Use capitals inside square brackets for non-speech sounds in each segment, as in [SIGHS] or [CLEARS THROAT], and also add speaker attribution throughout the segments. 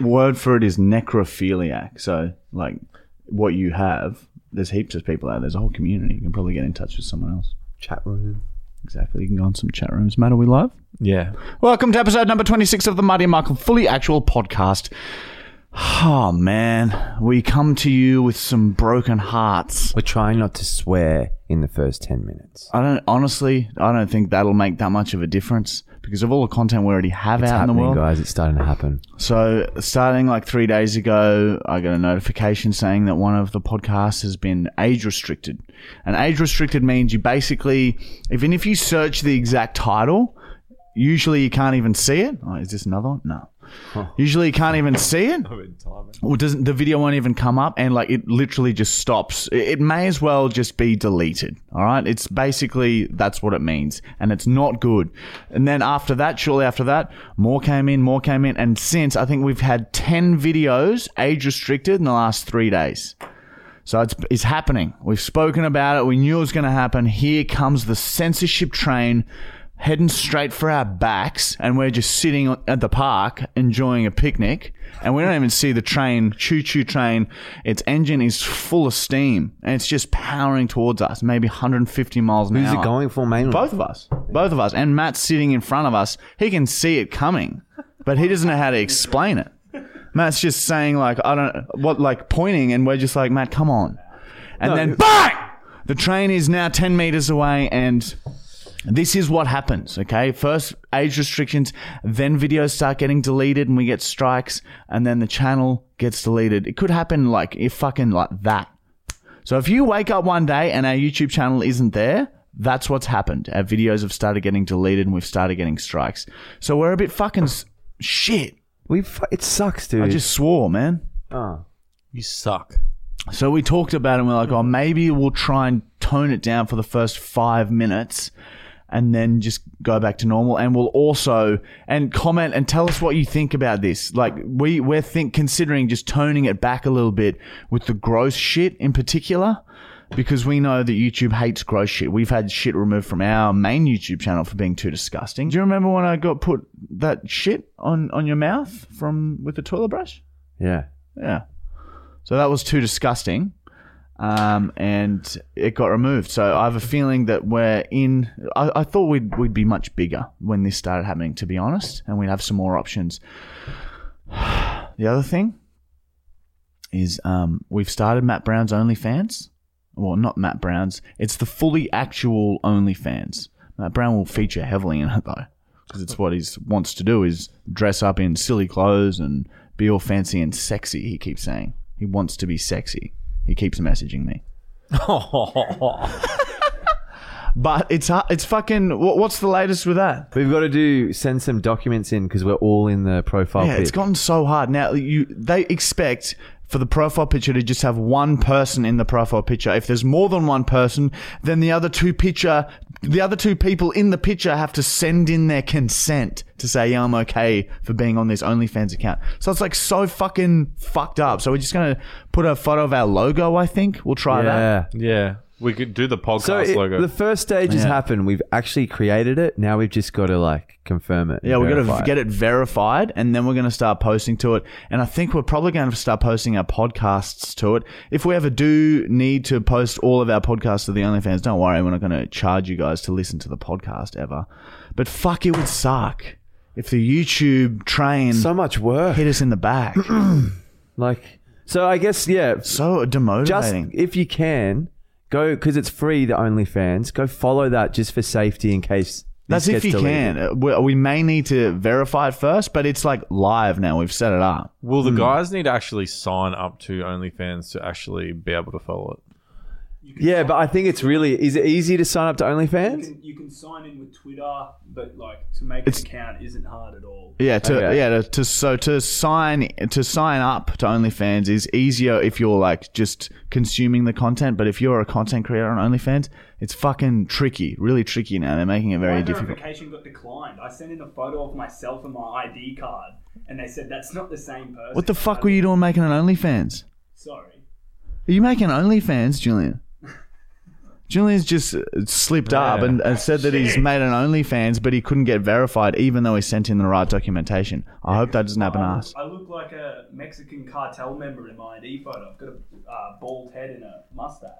Speaker 1: word for it is necrophiliac. So, like, what you have, there's heaps of people out there. There's a whole community. You can probably get in touch with someone else.
Speaker 2: Chat room.
Speaker 1: Exactly. You can go on some chat rooms. Matter we love.
Speaker 2: Yeah.
Speaker 1: Welcome to episode number 26 of the Marty and Michael Fully Actual Podcast. Oh, man. We come to you with some broken hearts.
Speaker 2: We're trying not to swear in the first 10 minutes.
Speaker 1: I don't, honestly, I don't think that'll make that much of a difference because of all the content we already have
Speaker 2: It's
Speaker 1: out in the
Speaker 2: happening,
Speaker 1: world.
Speaker 2: guys. It's starting to happen.
Speaker 1: So, starting like three days ago, I got a notification saying that one of the podcasts has been age restricted. And age restricted means you basically, even if you search the exact title, usually you can't even see it. Oh, is this another one? No. Usually you can't even see it. Or doesn't the video won't even come up, and like it literally just stops. It, it may as well just be deleted. All right, it's basically that's what it means, and it's not good. And then after that, shortly after that, more came in, more came in, and since I think we've had ten videos age restricted in the last three days. So it's, it's happening. We've spoken about it. We knew it was going to happen. Here comes the censorship train heading straight for our backs. And we're just sitting at the park enjoying a picnic. And we don't even see the train, choo choo train. Its engine is full of steam and it's just powering towards us, maybe 150 miles an
Speaker 2: Who's
Speaker 1: hour.
Speaker 2: it going for mainly?
Speaker 1: Both of us. Both of us. And Matt's sitting in front of us. He can see it coming, but he doesn't know how to explain it. Matt's just saying, like, I don't, what, like pointing, and we're just like, Matt, come on. And then bang! The train is now 10 meters away, and this is what happens, okay? First, age restrictions, then videos start getting deleted, and we get strikes, and then the channel gets deleted. It could happen like, if fucking like that. So if you wake up one day and our YouTube channel isn't there, that's what's happened. Our videos have started getting deleted and we've started getting strikes. So we're a bit fucking s- shit.
Speaker 2: We fu- it sucks, dude.
Speaker 1: I just swore, man.
Speaker 2: Oh.
Speaker 3: You suck.
Speaker 1: So we talked about it and we're like, oh, maybe we'll try and tone it down for the first five minutes and then just go back to normal. And we'll also, and comment and tell us what you think about this. Like we, we're think, considering just toning it back a little bit with the gross shit in particular. Because we know that YouTube hates gross shit. We've had shit removed from our main YouTube channel for being too disgusting. Do you remember when I got put that shit on, on your mouth from with the toilet brush? [LAUGHS]
Speaker 2: Yeah.
Speaker 1: Yeah. So that was too disgusting. Um, and it got removed. So I have a feeling that we're in. I, I thought we'd we'd be much bigger when this started happening, to be honest, and we'd have some more options. [SIGHS] the other thing is um, we've started Matt Brown's OnlyFans. Well, not Matt Brown's. It's the fully actual OnlyFans. Matt Brown will feature heavily in it though, because it's what he wants to do is dress up in silly clothes and be all fancy and sexy. He keeps saying he wants to be sexy. He keeps messaging me, but it's hu- it's fucking. wha- What's the latest with that?
Speaker 2: We've got to do send some documents in because we're all in the profile
Speaker 1: Yeah, it's
Speaker 2: pic.
Speaker 1: gotten so hard now. You they expect. For the profile picture to just have one person in the profile picture. If there's more than one person, then the other two picture, the other two people in the picture have to send in their consent to say, yeah, I'm okay for being on this OnlyFans account. So it's like so fucking fucked up. So we're just gonna put a photo of our logo, I think. We'll try that.
Speaker 2: yeah.
Speaker 3: Yeah. We could do the podcast
Speaker 2: So it-
Speaker 3: logo.
Speaker 2: the first stage has
Speaker 1: Yeah.
Speaker 2: happened. We've actually created it. Now we've just got to like confirm it.
Speaker 1: Yeah, we're going to
Speaker 2: to
Speaker 1: get it verified and then we're going to start posting to it. And I think we're probably going to start posting our podcasts to it. If we ever do need to post all of our podcasts to the OnlyFans, don't worry. We're not going to charge you guys to listen to the podcast ever. But fuck, it would suck if the YouTube train
Speaker 2: so much work.
Speaker 1: hit us in the [CLEARS THROAT] back.
Speaker 2: Like, so I guess yeah.
Speaker 1: so
Speaker 2: Just
Speaker 1: demotivating.
Speaker 2: if you can go because it's free. The OnlyFans go follow that just for safety in case.
Speaker 1: That's
Speaker 2: this
Speaker 1: if
Speaker 2: gets
Speaker 1: you
Speaker 2: deleted.
Speaker 1: can. Uh, We, we may need to verify it first, but it's like live now. We've set it up.
Speaker 3: Will
Speaker 2: hmm.
Speaker 3: the guys need to actually sign up to OnlyFans to actually be able to follow it?
Speaker 2: Yeah, but I think it's really is it easy to sign up to
Speaker 4: You
Speaker 2: OnlyFans?
Speaker 4: can, you can sign in with Twitter, but like to make
Speaker 1: It's-
Speaker 4: an account isn't hard at all.
Speaker 1: Yeah, to
Speaker 2: Okay.
Speaker 1: yeah, to, to so to sign to sign up to OnlyFans is easier if you're like just consuming the content, but if you're a content creator on OnlyFans, it's fucking tricky, really tricky now. They're making it very
Speaker 4: My
Speaker 1: difficult.
Speaker 4: verification got declined. I sent in a photo of myself and my ID card, and they said that's not the same person.
Speaker 1: What the fuck were you doing making an OnlyFans?
Speaker 4: Sorry.
Speaker 1: Are you making OnlyFans, Julian? Julian's just uh, slipped up
Speaker 3: Yeah.
Speaker 1: and, and said that he's made an OnlyFans, but he couldn't get verified, even though he sent in the right documentation. I hope that doesn't happen to us.
Speaker 4: Um, I look like a Mexican cartel member in my ID photo. I've got a uh, bald head and a mustache.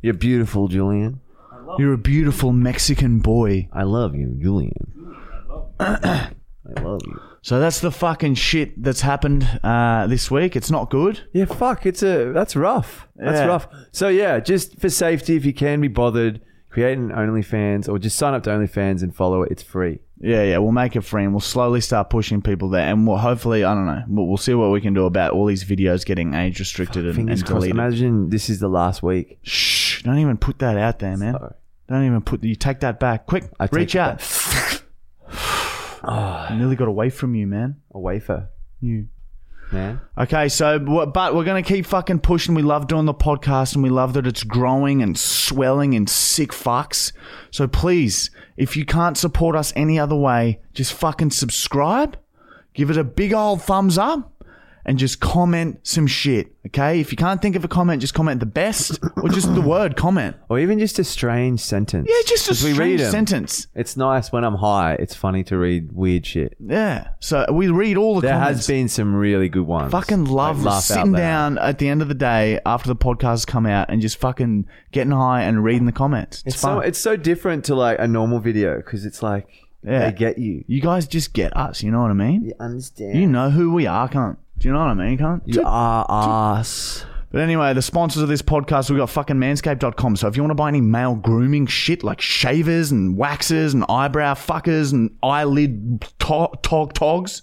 Speaker 2: You're beautiful, Julian.
Speaker 4: I love
Speaker 1: You're a beautiful Mexican boy.
Speaker 2: I love you, Julian.
Speaker 1: [CLEARS THROAT]
Speaker 4: it. I love it.
Speaker 2: I love you.
Speaker 1: So that's the fucking shit that's happened uh, this week. It's not good.
Speaker 2: Yeah, fuck. It's a that's rough. That's
Speaker 1: Yeah.
Speaker 2: rough. So yeah, just for safety, if you can be bothered, create an OnlyFans or just sign up to OnlyFans and follow it. It's free.
Speaker 1: Yeah, yeah, we'll make it free and we'll slowly start pushing people there. And we'll hopefully, I don't know, we'll, we'll see what we can do about all these videos getting age restricted and,
Speaker 2: Fingers
Speaker 1: and
Speaker 2: crossed.
Speaker 1: deleted.
Speaker 2: Imagine this is the last week.
Speaker 1: Shh, don't even put that out there, man.
Speaker 2: Sorry.
Speaker 1: Don't even put, you take that back. Quick,
Speaker 2: I take
Speaker 1: reach
Speaker 2: it
Speaker 1: out. [SIGHS] I nearly got away from you, man.
Speaker 2: A wafer,
Speaker 1: You.
Speaker 2: man.
Speaker 1: Okay, so wha- but we're gonna keep fucking pushing. We love doing the podcast, and we love that it's growing and swelling in sick fucks. So please, if you can't support us any other way, just fucking subscribe, give it a big old thumbs up, and just comment some shit. Okay, if you can't think of a comment, just comment the best or just the word comment.
Speaker 2: Or even just a strange sentence.
Speaker 1: Yeah, just a
Speaker 2: As we read
Speaker 1: strange
Speaker 2: 'em.
Speaker 1: sentence.
Speaker 2: It's nice when I'm high. It's funny to read weird shit.
Speaker 1: Yeah. So we read all the
Speaker 2: There
Speaker 1: comments.
Speaker 2: has been some really good ones.
Speaker 1: fucking love
Speaker 2: Like, laugh out
Speaker 1: sitting
Speaker 2: loud.
Speaker 1: down at the end of the day after the podcast come out and just fucking getting high and reading the comments. It's,
Speaker 2: It's
Speaker 1: fun.
Speaker 2: so it's so different to like a normal video because it's like
Speaker 1: Yeah.
Speaker 2: they get you.
Speaker 1: you guys just get us. You know what I mean?
Speaker 2: You understand?
Speaker 1: You know who we are, cunt. Do you know what I mean, cunt?
Speaker 2: You are us.
Speaker 1: But anyway, the sponsors of this podcast, we've got fucking manscaped.com. So if you want to buy any male grooming shit like shavers and waxes and eyebrow fuckers and eyelid tog, tog togs,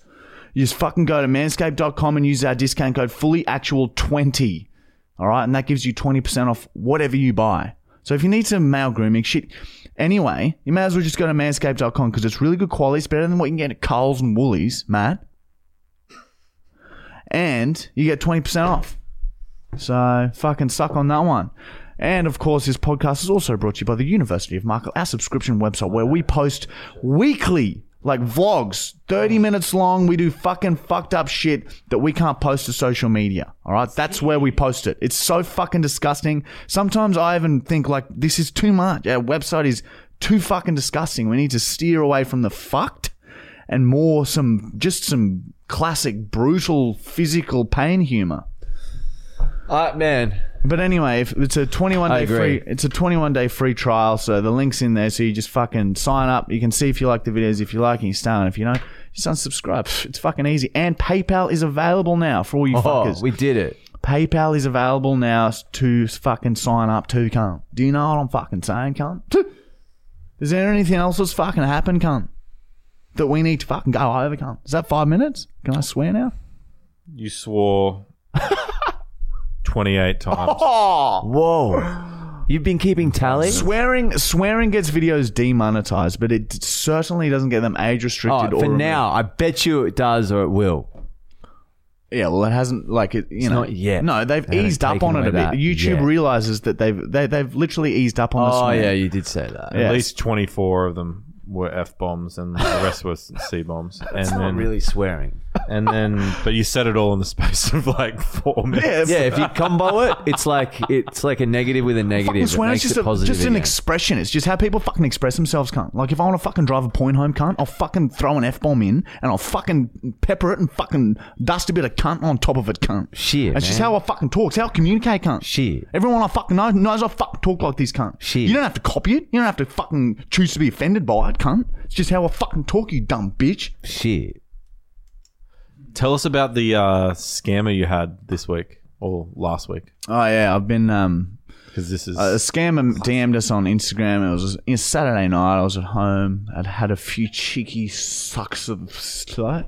Speaker 1: you just fucking go to manscaped.com and use our discount code fullyactual20. All right. And that gives you 20% off whatever you buy. So if you need some male grooming shit, anyway, you may as well just go to manscaped.com because it's really good quality. It's better than what you can get at Carl's and Woolies, Matt. And you get 20% off. So fucking suck on that one. And of course, this podcast is also brought to you by the University of Markle, our subscription website where we post weekly, like vlogs, 30 minutes long. We do fucking fucked up shit that we can't post to social media. All right. That's where we post it. It's so fucking disgusting. Sometimes I even think like this is too much. Our website is too fucking disgusting. We need to steer away from the fucked and more some, just some classic brutal physical pain humor.
Speaker 2: Uh, man,
Speaker 1: But anyway, if it's a 21
Speaker 2: I
Speaker 1: day
Speaker 2: agree.
Speaker 1: free it's a 21 day free trial, so the link's in there so you just fucking sign up. You can see if you like the videos, if you like and you stay on. If you don't, just unsubscribe. It's fucking easy. And PayPal is available now for all you
Speaker 2: oh,
Speaker 1: fuckers.
Speaker 2: we did it.
Speaker 1: PayPal is available now to fucking sign up to cunt. Do you know what I'm fucking saying, cunt? Is there anything else that's fucking happened, cunt? That we need to fucking go over, cunt. Is that five minutes? Can I swear now?
Speaker 2: [LAUGHS]
Speaker 3: You swore 28 times.
Speaker 2: Oh, Whoa, you've been keeping tally.
Speaker 1: Swearing, swearing gets videos demonetized, but it certainly doesn't get them age
Speaker 2: Oh,
Speaker 1: restricted. or
Speaker 2: for
Speaker 1: removed.
Speaker 2: now, I bet you it does or it will.
Speaker 1: yeah. Well, it hasn't like it. You know,
Speaker 2: not yet.
Speaker 1: No, they've
Speaker 2: They haven't
Speaker 1: eased up
Speaker 2: taken
Speaker 1: on it
Speaker 2: away
Speaker 1: a bit.
Speaker 2: that
Speaker 1: YouTube
Speaker 2: yet.
Speaker 1: realizes that they've they, they've literally eased up on the.
Speaker 2: Oh
Speaker 1: swear.
Speaker 2: yeah, you did say that.
Speaker 1: Yeah.
Speaker 3: At least 24 of them were F bombs and the rest were [LAUGHS] C bombs. And
Speaker 2: Not
Speaker 3: then,
Speaker 2: really swearing.
Speaker 3: and then, but you said it all in the [LAUGHS] space of like four minutes.
Speaker 1: Yeah,
Speaker 2: [LAUGHS] Yeah, if you combo it, it's like it's like a negative with a negative.
Speaker 1: Fucking
Speaker 2: It
Speaker 1: swearing is
Speaker 2: makes
Speaker 1: just,
Speaker 2: it
Speaker 1: a,
Speaker 2: positive
Speaker 1: just an
Speaker 2: again.
Speaker 1: expression. It's just how people fucking express themselves, cunt. Like, if I want to fucking drive a point home, cunt, I'll fucking throw an F bomb in and I'll fucking pepper it and fucking dust a bit of cunt on top of it, cunt.
Speaker 2: Shit,
Speaker 1: It's just
Speaker 2: man.
Speaker 1: how I fucking talk. It's how I communicate, cunt.
Speaker 2: Shit.
Speaker 1: Everyone I fucking know knows I fucking talk like this, cunt.
Speaker 2: Shit.
Speaker 1: You don't have to copy it. You don't have to fucking choose to be offended by it, cunt. It's just how I fucking talk, you dumb bitch.
Speaker 2: Shit.
Speaker 3: Tell us about the uh, scammer you had this week or last week.
Speaker 1: Oh, yeah. I've been, um,
Speaker 3: Because this is.
Speaker 2: Uh,
Speaker 3: [LAUGHS]
Speaker 1: a scammer DM'd us on Instagram. It was it was Saturday night. I was at home. I'd had a few cheeky sucks of slut.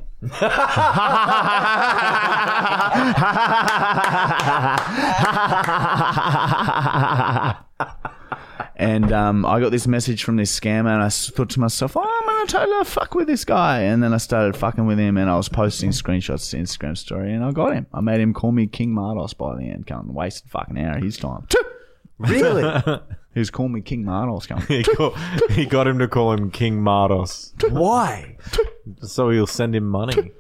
Speaker 1: and um, I got this message from this scammer, and I s- thought to myself, oh, I'm gonna totally fuck with this guy. And then I started fucking with him, and I was posting screenshots to Instagram story, and I got him. I made him call me King Mardos by the end. Can't waste a fucking hour of his time.
Speaker 2: Really?
Speaker 1: He was calling me King Mardos. cunt.
Speaker 2: [LAUGHS]
Speaker 3: he, call, he got him to call him King Mardos.
Speaker 2: Why? [LAUGHS]
Speaker 3: So he'll send him money.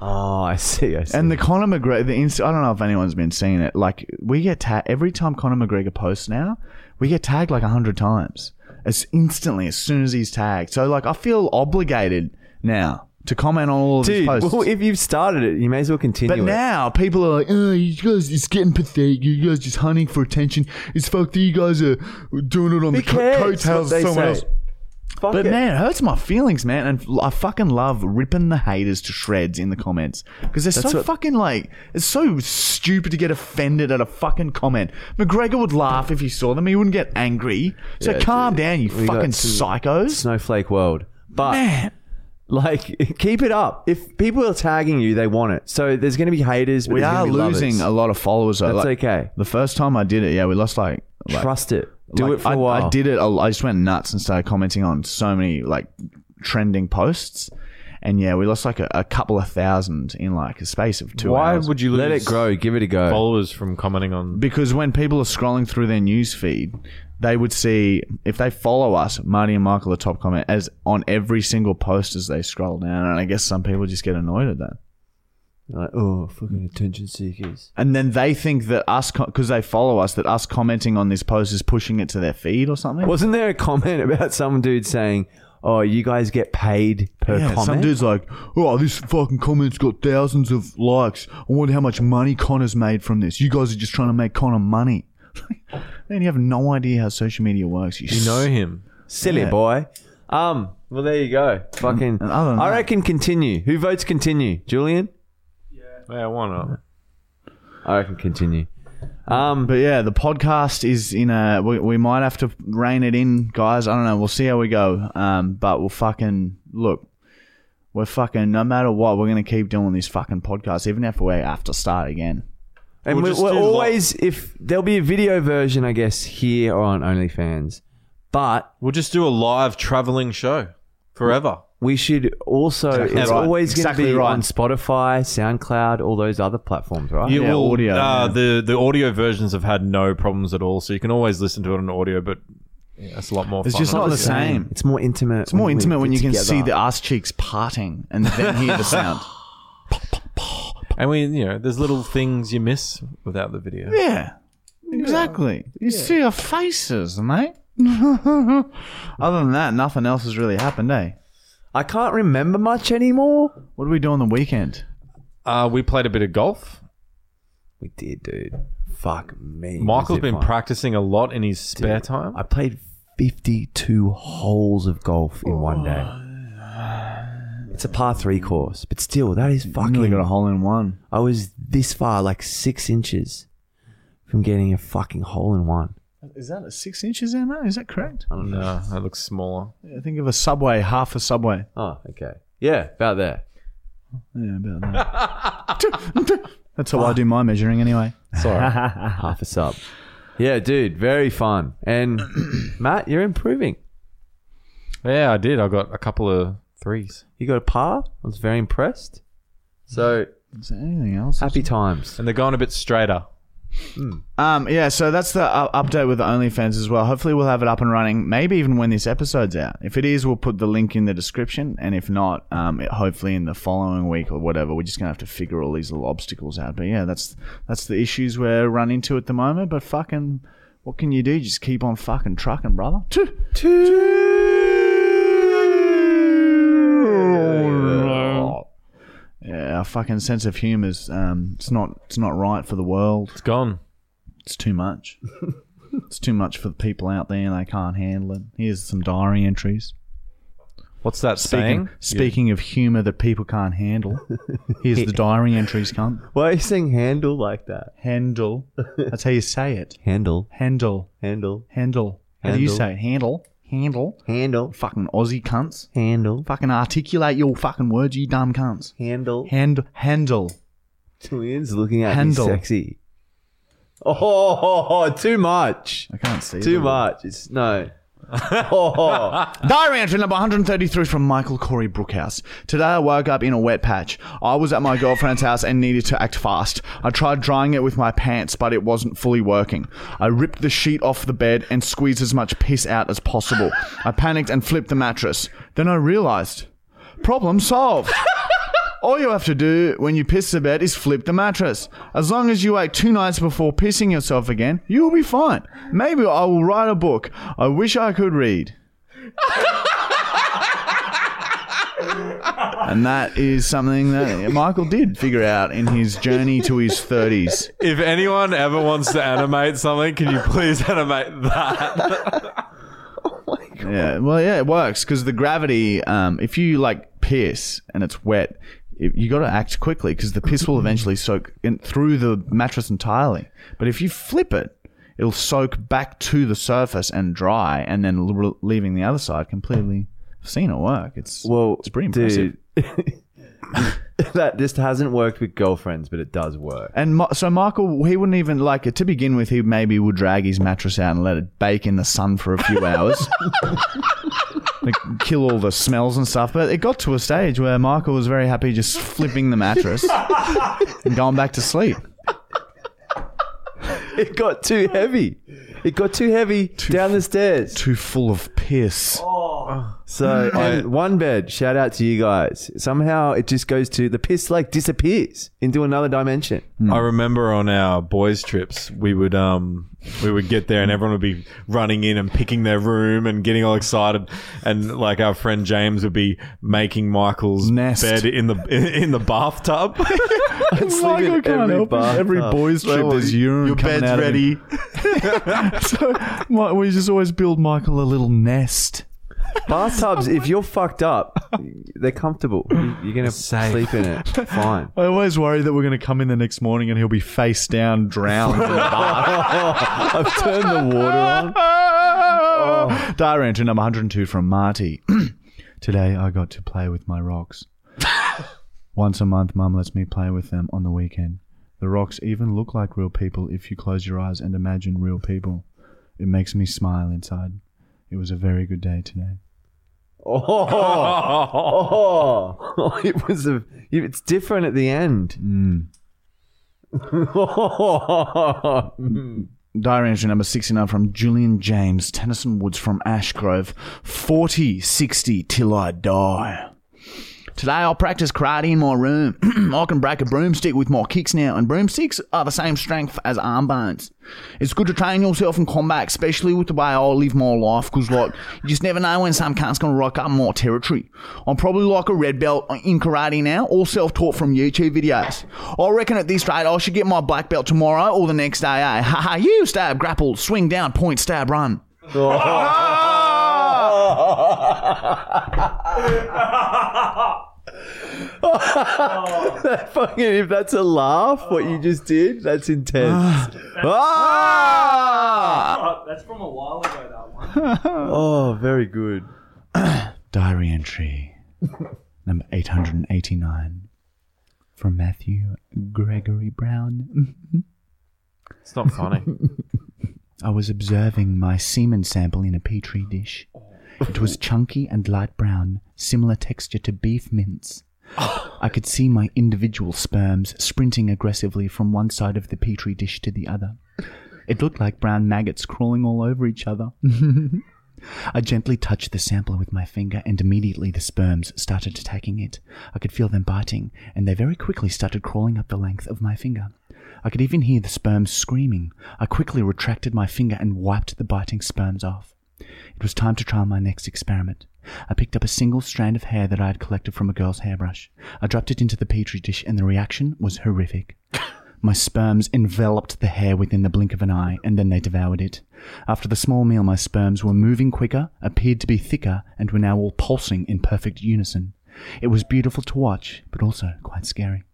Speaker 2: Oh, I see. I see.
Speaker 1: And the Conor McGregor, the inst- I don't know if anyone's been seeing it. Like we get tagged every time Conor McGregor posts now, we get tagged like hundred times as instantly as soon as he's tagged. So like I feel obligated now to comment on all of his
Speaker 2: dude,
Speaker 1: posts.
Speaker 2: well, if you've started it, you may as well continue.
Speaker 1: but
Speaker 2: it.
Speaker 1: now people are like, oh, you guys, it's getting pathetic. You guys just hunting for attention. It's fucked that you guys are doing it on the
Speaker 2: who
Speaker 1: co-
Speaker 2: cares?
Speaker 1: coattails
Speaker 2: what
Speaker 1: of
Speaker 2: they
Speaker 1: someone
Speaker 2: say?
Speaker 1: else.
Speaker 2: Fuck
Speaker 1: But
Speaker 2: it.
Speaker 1: man, it hurts my feelings, man. And I fucking love ripping the haters to shreds in the comments because they're so
Speaker 2: what-
Speaker 1: fucking like it's so stupid to get offended at a fucking comment. McGregor would laugh if he saw them. He wouldn't get angry. So
Speaker 2: Yeah,
Speaker 1: calm
Speaker 2: dude.
Speaker 1: down, you
Speaker 2: We got
Speaker 1: fucking
Speaker 2: some-
Speaker 1: psychos.
Speaker 2: snowflake world. But
Speaker 1: Man.
Speaker 2: like, [LAUGHS] keep it up. If people are tagging you, they want it. So there's going to be haters. But
Speaker 1: We
Speaker 2: there's
Speaker 1: are
Speaker 2: gonna be lovers.
Speaker 1: losing a lot of followers. Though.
Speaker 2: That's
Speaker 1: Like,
Speaker 2: okay.
Speaker 1: The first time I did it, yeah, we lost like. like
Speaker 2: Trust it. [LAUGHS] Do
Speaker 1: like,
Speaker 2: it for
Speaker 1: I-
Speaker 2: a while.
Speaker 1: I did it. a- I just went nuts and started commenting on so many like trending posts. And yeah, we lost like a, a couple of thousand in like a space of two
Speaker 3: Why
Speaker 1: hours.
Speaker 3: would you lose
Speaker 2: Let it grow. Give it a go.
Speaker 3: followers from commenting on?
Speaker 1: because when people are scrolling through their news feed, they would see if they follow us, Marty and Michael, the top comment, as on every single post as they scroll down. And I guess some people just get annoyed at that.
Speaker 2: Like, oh, fucking attention seekers.
Speaker 1: And then they think that us, because they follow us, that us commenting on this post is pushing it to their feed or something.
Speaker 2: Wasn't there a comment about some dude saying, "Oh, you guys get paid per
Speaker 1: Yeah,
Speaker 2: comment"?
Speaker 1: Some dude's like, oh, this fucking comment's got thousands of likes. I wonder how much money Connor's made from this. You guys are just trying to make Connor money. [LAUGHS] Man, you have no idea how social media works. You,
Speaker 3: You know him.
Speaker 2: Silly
Speaker 1: Yeah.
Speaker 2: boy. Um. Well, there you go. Fucking.
Speaker 1: and other than
Speaker 2: I
Speaker 1: that-
Speaker 2: reckon continue. Who votes continue? Julian.
Speaker 3: Yeah, why not?
Speaker 2: I reckon continue. Um.
Speaker 1: But yeah, the podcast is in a. We, we might have to rein it in, guys. I don't know. We'll see how we go. Um, but we'll fucking look. We're fucking no matter what. We're gonna keep doing this fucking podcast, even if we have to start again.
Speaker 2: And
Speaker 3: We'll
Speaker 2: we
Speaker 3: just
Speaker 2: we're
Speaker 3: do
Speaker 2: always if there'll be a video version, I guess, here on OnlyFans. But
Speaker 3: We'll just do a live traveling show forever.
Speaker 2: we should also
Speaker 1: Exactly
Speaker 2: it's
Speaker 1: right.
Speaker 2: always
Speaker 1: Exactly
Speaker 2: going to be
Speaker 1: right.
Speaker 2: on Spotify, SoundCloud, all those other platforms, right?
Speaker 3: You
Speaker 1: Yeah, audio,
Speaker 3: Uh,
Speaker 1: yeah.
Speaker 3: The the audio versions have had no problems at all, so you can always listen to it on audio. But yeah, that's a lot more.
Speaker 1: It's
Speaker 3: fun
Speaker 1: just
Speaker 3: on
Speaker 1: not
Speaker 3: the-
Speaker 1: the same.
Speaker 2: It's more intimate.
Speaker 1: It's more intimate when you can see the
Speaker 2: that.
Speaker 1: ass cheeks parting and then hear the sound.
Speaker 3: And we, you know, there's little things you miss without the video.
Speaker 1: [LAUGHS] Yeah, exactly. You see our faces, mate. [LAUGHS] Other than that, nothing else has really happened, eh?
Speaker 2: I can't remember much anymore.
Speaker 1: What do we do on the weekend?
Speaker 3: Uh, we played a bit of golf.
Speaker 2: We did, dude. Fuck me.
Speaker 3: Michael's
Speaker 2: Was it
Speaker 3: been
Speaker 2: fun.
Speaker 3: practicing a lot in his spare time.
Speaker 2: I played 52 holes of golf in one day. It's a par three course, but still, that is
Speaker 1: Nearly
Speaker 2: fucking.
Speaker 1: got a hole in one.
Speaker 2: I was this far, like six inches from getting a fucking hole in one.
Speaker 1: Is that a six inches in there? Is that correct?
Speaker 3: No, that looks smaller.
Speaker 1: Yeah, think of a subway, half a subway.
Speaker 2: Oh, okay. Yeah, about there.
Speaker 1: Yeah, about [LAUGHS] that. That's how I do my measuring anyway.
Speaker 2: [LAUGHS]
Speaker 3: Sorry.
Speaker 2: [LAUGHS] Half a sub. Yeah, dude, very fun. And [CLEARS THROAT] Matt, you're improving.
Speaker 3: yeah, I did. I got a couple of threes.
Speaker 2: You got a par. I was very impressed. So
Speaker 1: Is there anything else?
Speaker 2: happy times.
Speaker 3: And they're going a bit straighter.
Speaker 1: Um, yeah, so that's the uh, update with the OnlyFans as well. Hopefully, we'll have it up and running. Maybe even when this episode's out. If it is, we'll put the link in the description, and if not, um, it, hopefully in the following week or whatever. We're just gonna have to figure all these little obstacles out. But yeah, that's that's the issues we're running into at the moment. But fucking, what can you do? Just keep on fucking trucking, brother. Yeah, our fucking sense of humor's um, it's not it's not right for the world.
Speaker 3: It's gone.
Speaker 1: It's too much. it's too much for the people out there. They can't handle it. Here's some diary entries.
Speaker 3: What's that
Speaker 1: Speaking,
Speaker 3: saying?
Speaker 1: speaking of humor that people can't handle, here's the diary entries. Cunt.
Speaker 2: Why are you saying handle like that?
Speaker 1: Handle. That's how you say it.
Speaker 2: Handle,
Speaker 1: Handle.
Speaker 2: handle,
Speaker 1: Handle. How do you
Speaker 2: Handle.
Speaker 1: say it? Handle? Handle.
Speaker 2: handle,
Speaker 1: Fucking Aussie cunts.
Speaker 2: handle,
Speaker 1: Fucking articulate your fucking words, you dumb cunts.
Speaker 2: handle.
Speaker 1: Hand handle.
Speaker 2: Julian's looking at
Speaker 1: Handle.
Speaker 2: me sexy. Oh, [LAUGHS] ho, ho, ho, too much.
Speaker 1: I can't see.
Speaker 2: Too
Speaker 1: them.
Speaker 2: much. It's no. [LAUGHS] Oh,
Speaker 1: [LAUGHS] Diary entry number 133 from Michael Corey Brookhouse. Today I woke up in a wet patch. I was at my girlfriend's house and needed to act fast. I tried drying it with my pants, but it wasn't fully working. I ripped the sheet off the bed and squeezed as much piss out as possible. I panicked and flipped the mattress. Then I realized. Problem solved. All you have to do when you piss the bed is flip the mattress. As long as you wait two nights before pissing yourself again, you will be fine. Maybe I will write a book I wish I could read. and that is something that Michael did figure out in his journey to his 30s.
Speaker 3: If anyone ever wants to animate something, can you please [LAUGHS] animate that?
Speaker 1: Yeah, well, yeah, it works because the gravity. Um, if you like piss and it's wet, it, you got to act quickly because the piss will eventually soak in through the mattress entirely. But if you flip it, it'll soak back to the surface and dry, and then l- leaving the other side completely. I've seen it work. It's
Speaker 2: Well,
Speaker 1: it's pretty impressive.
Speaker 2: dude. [LAUGHS] that just hasn't worked with girlfriends, but it does work.
Speaker 1: And Ma- so Michael, he wouldn't even like it to begin with. He maybe would drag his mattress out and let it bake in the sun for a few hours, like, kill all the smells and stuff. But it got to a stage where Michael was very happy just flipping the mattress and going back to sleep.
Speaker 2: It got too heavy. It got too heavy down the stairs.
Speaker 1: Too full of piss.
Speaker 4: Oh,
Speaker 1: [LAUGHS]
Speaker 2: So and one bed. Shout out to you guys. Somehow it just goes to the piss like disappears into another dimension.
Speaker 3: I remember on our boys' trips, we would um we would get there and everyone would be running in and picking their room and getting all excited, and like our friend James would be making Michael's
Speaker 1: Nest.
Speaker 3: bed in the [LAUGHS] in, in the bathtub.
Speaker 2: [LAUGHS] sleep in every bath
Speaker 1: Every
Speaker 2: tub.
Speaker 1: boys trip there's urine
Speaker 3: Your
Speaker 1: coming
Speaker 3: bed's
Speaker 1: out of him. [LAUGHS]
Speaker 3: ready.
Speaker 1: So Mi- we just always build Michael a little nest.
Speaker 2: Bathtubs, if you're fucked up, they're comfortable. You- You're gonna sleep in [LAUGHS] it. Fine.
Speaker 1: I always worry that we're going to come in the next morning and he'll be face down, drowned. in the
Speaker 2: I've turned the water on.
Speaker 1: Diary entry number 102 from Marty. [CLEARS THROAT] Today I got to play with my rocks. Once a month, Mum lets me play with them on the weekend. The rocks even look like real people if you close your eyes and imagine real people. It makes me smile inside. It was a very good day today.
Speaker 2: [LAUGHS] Oh,
Speaker 3: Oh,
Speaker 2: oh. [LAUGHS] it was a. It's different at the end. [LAUGHS]
Speaker 1: Diary entry number 69 from Julian James, Tennyson Woods from Ashgrove. 40, 60 till I die. Today I'll practice karate in my room. [CLEARS THROAT] I can break a broomstick with my kicks now, and broomsticks are the same strength as arm bones. It's good to train yourself in combat, especially with the way I live my life, because, like, you just never know when some cunt's gonna rock up my territory. I'm probably like a red belt in karate now, all self taught from YouTube videos. I reckon at this rate I should get my black belt tomorrow or the next day, eh? Ha ha, you stab, grapple, swing down, point, stab, run.
Speaker 2: Fucking, if that's a laugh, what you just did, that's intense. ah!
Speaker 4: Oh, that's from a while ago,
Speaker 1: [LAUGHS]
Speaker 4: that one.
Speaker 2: Oh, very good.
Speaker 1: Diary entry number 889 from Matthew Gregory Brown.
Speaker 3: it's not funny.
Speaker 1: I was observing my semen sample in a petri dish. It was chunky and light brown, similar texture to beef mince. I could see my individual sperms sprinting aggressively from one side of the petri dish to the other. It looked like brown maggots crawling all over each other. [LAUGHS] I gently touched the sampler with my finger, and immediately the sperms started attacking it. I could feel them biting, and they very quickly started crawling up the length of my finger. I could even hear the sperms screaming. I quickly retracted my finger and wiped the biting sperms off. It was time to try my next experiment. I picked up a single strand of hair that I had collected from a girl's hairbrush. I dropped it into the petri dish, and the reaction was horrific. My sperms enveloped the hair within the blink of an eye, and then they devoured it. After the small meal, my sperms were moving quicker, appeared to be thicker, and were now all pulsing in perfect unison. It was beautiful to watch, but also quite scary.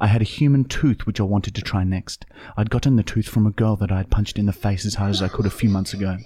Speaker 1: I had a human tooth which I wanted to try next. I'd gotten the tooth from a girl that I had punched in the face as hard as I could a few months ago.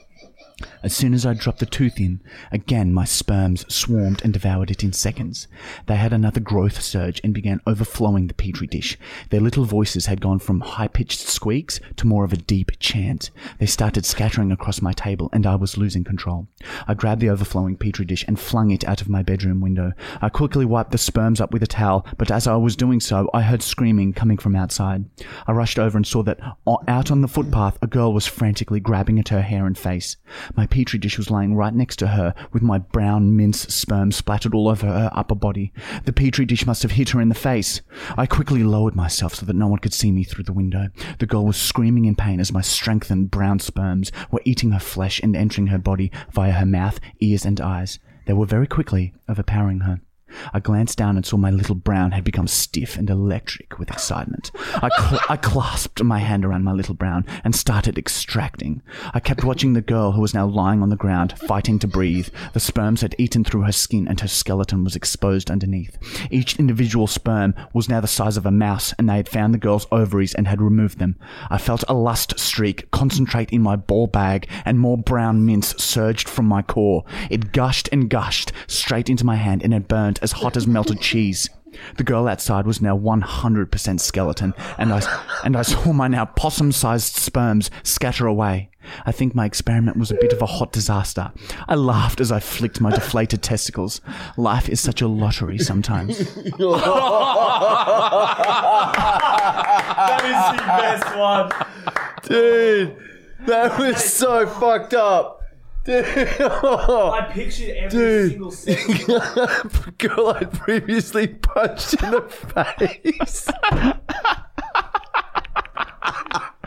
Speaker 1: As soon as I dropped the tooth in, again my sperms swarmed and devoured it in seconds. They had another growth surge and began overflowing the petri dish. Their little voices had gone from high pitched squeaks to more of a deep chant. They started scattering across my table, and I was losing control. I grabbed the overflowing petri dish and flung it out of my bedroom window. I quickly wiped the sperms up with a towel, but as I was doing so, I heard screaming coming from outside. I rushed over and saw that o- out on the footpath, a girl was frantically grabbing at her hair and face. face. My petri dish was laying right next to her, with my brown mince sperm splattered all over her upper body. The petri dish must have hit her in the face. I quickly lowered myself so that no one could see me through the window. The girl was screaming in pain as my strengthened brown sperms were eating her flesh and entering her body via her mouth, ears, and eyes. They were very quickly overpowering her. I glanced down and saw my little brown had become stiff and electric with excitement. I, cl- I clasped my hand around my little brown and started extracting. I kept watching the girl who was now lying on the ground, fighting to breathe. The sperms had eaten through her skin and her skeleton was exposed underneath. Each individual sperm was now the size of a mouse, and they had found the girl's ovaries and had removed them. I felt a lust streak concentrate in my ball bag, and more brown mince surged from my core. It gushed and gushed straight into my hand, and it burned as hot as melted cheese. The girl outside was now 100% skeleton, and I, and I saw my now possum sized sperms scatter away. I think my experiment was a bit of a hot disaster. I laughed as I flicked my deflated testicles. Life is such a lottery sometimes.
Speaker 4: That is the best one.
Speaker 2: Dude, that was so fucked up. Dude, [LAUGHS]
Speaker 4: I pictured every
Speaker 2: Dude.
Speaker 1: [LAUGHS]
Speaker 4: single second.
Speaker 2: girl I previously punched in the face.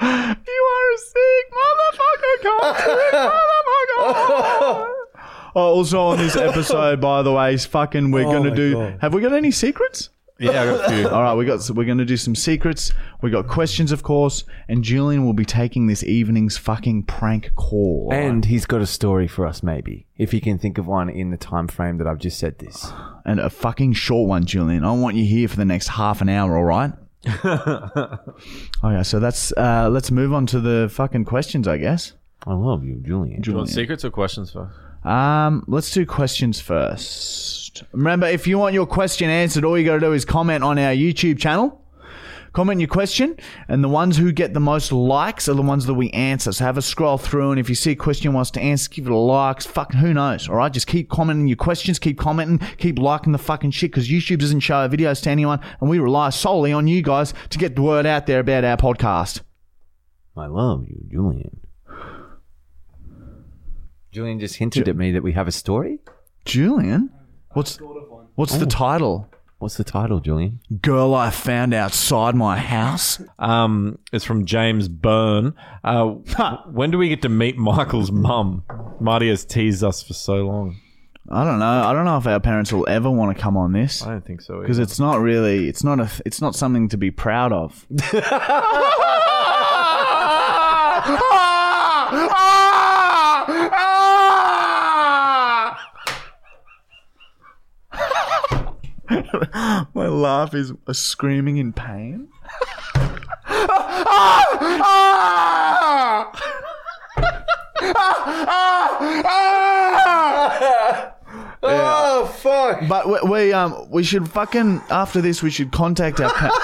Speaker 1: You are a sick motherfucker. Come
Speaker 3: [LAUGHS]
Speaker 1: to me, motherfucker. Oh, also on this episode, by the way, is fucking we're gonna
Speaker 2: my
Speaker 1: do.
Speaker 2: God.
Speaker 1: Have we got any secrets?
Speaker 3: Oh Yeah, I got a few.
Speaker 1: [LAUGHS] All right, we got. We're gonna do some secrets. We got questions, of course, and Julian will be taking this evening's fucking prank call.
Speaker 2: And he's got a story for us, maybe, if he can think of one in the time frame that I've just said this.
Speaker 1: and a fucking short one, Julian. I want you here for the next half an hour. All
Speaker 3: [LAUGHS]
Speaker 1: right. okay, so that's. Uh, let's move on to the fucking questions, I guess.
Speaker 2: I love you, Julian.
Speaker 3: you want secrets or questions for?
Speaker 1: Um, let's do questions first. Remember, if you want your question answered, all you got to do is comment on our YouTube channel. Comment your question, and the ones who get the most likes are the ones that we answer. So have a scroll through, and if you see a question you want us to answer, give it a like. Fuck, who knows? All right, just keep commenting your questions, keep commenting, keep liking the fucking shit, because YouTube doesn't show our videos to anyone, and we rely solely on you guys to get the word out there about our podcast.
Speaker 2: I love you, Julian. Julian just hinted at me that we have a story.
Speaker 1: Julian, what's
Speaker 4: Thought of one.
Speaker 1: what's the title?
Speaker 2: What's the title, Julian?
Speaker 1: Girl I found outside my house.
Speaker 3: Um, it's from James Byrne. Uh, when do we get to meet Michael's mum? Marty has teased us for so long.
Speaker 1: I don't know. I don't know if our parents will ever want to come on this
Speaker 3: I don't think so.
Speaker 1: because it's not really. It's not a. It's not something to be proud [LAUGHS] of. My laugh is a screaming in pain.
Speaker 2: [LAUGHS] Oh fuck!
Speaker 1: But we, we um we should fucking after this we should contact our. Pa-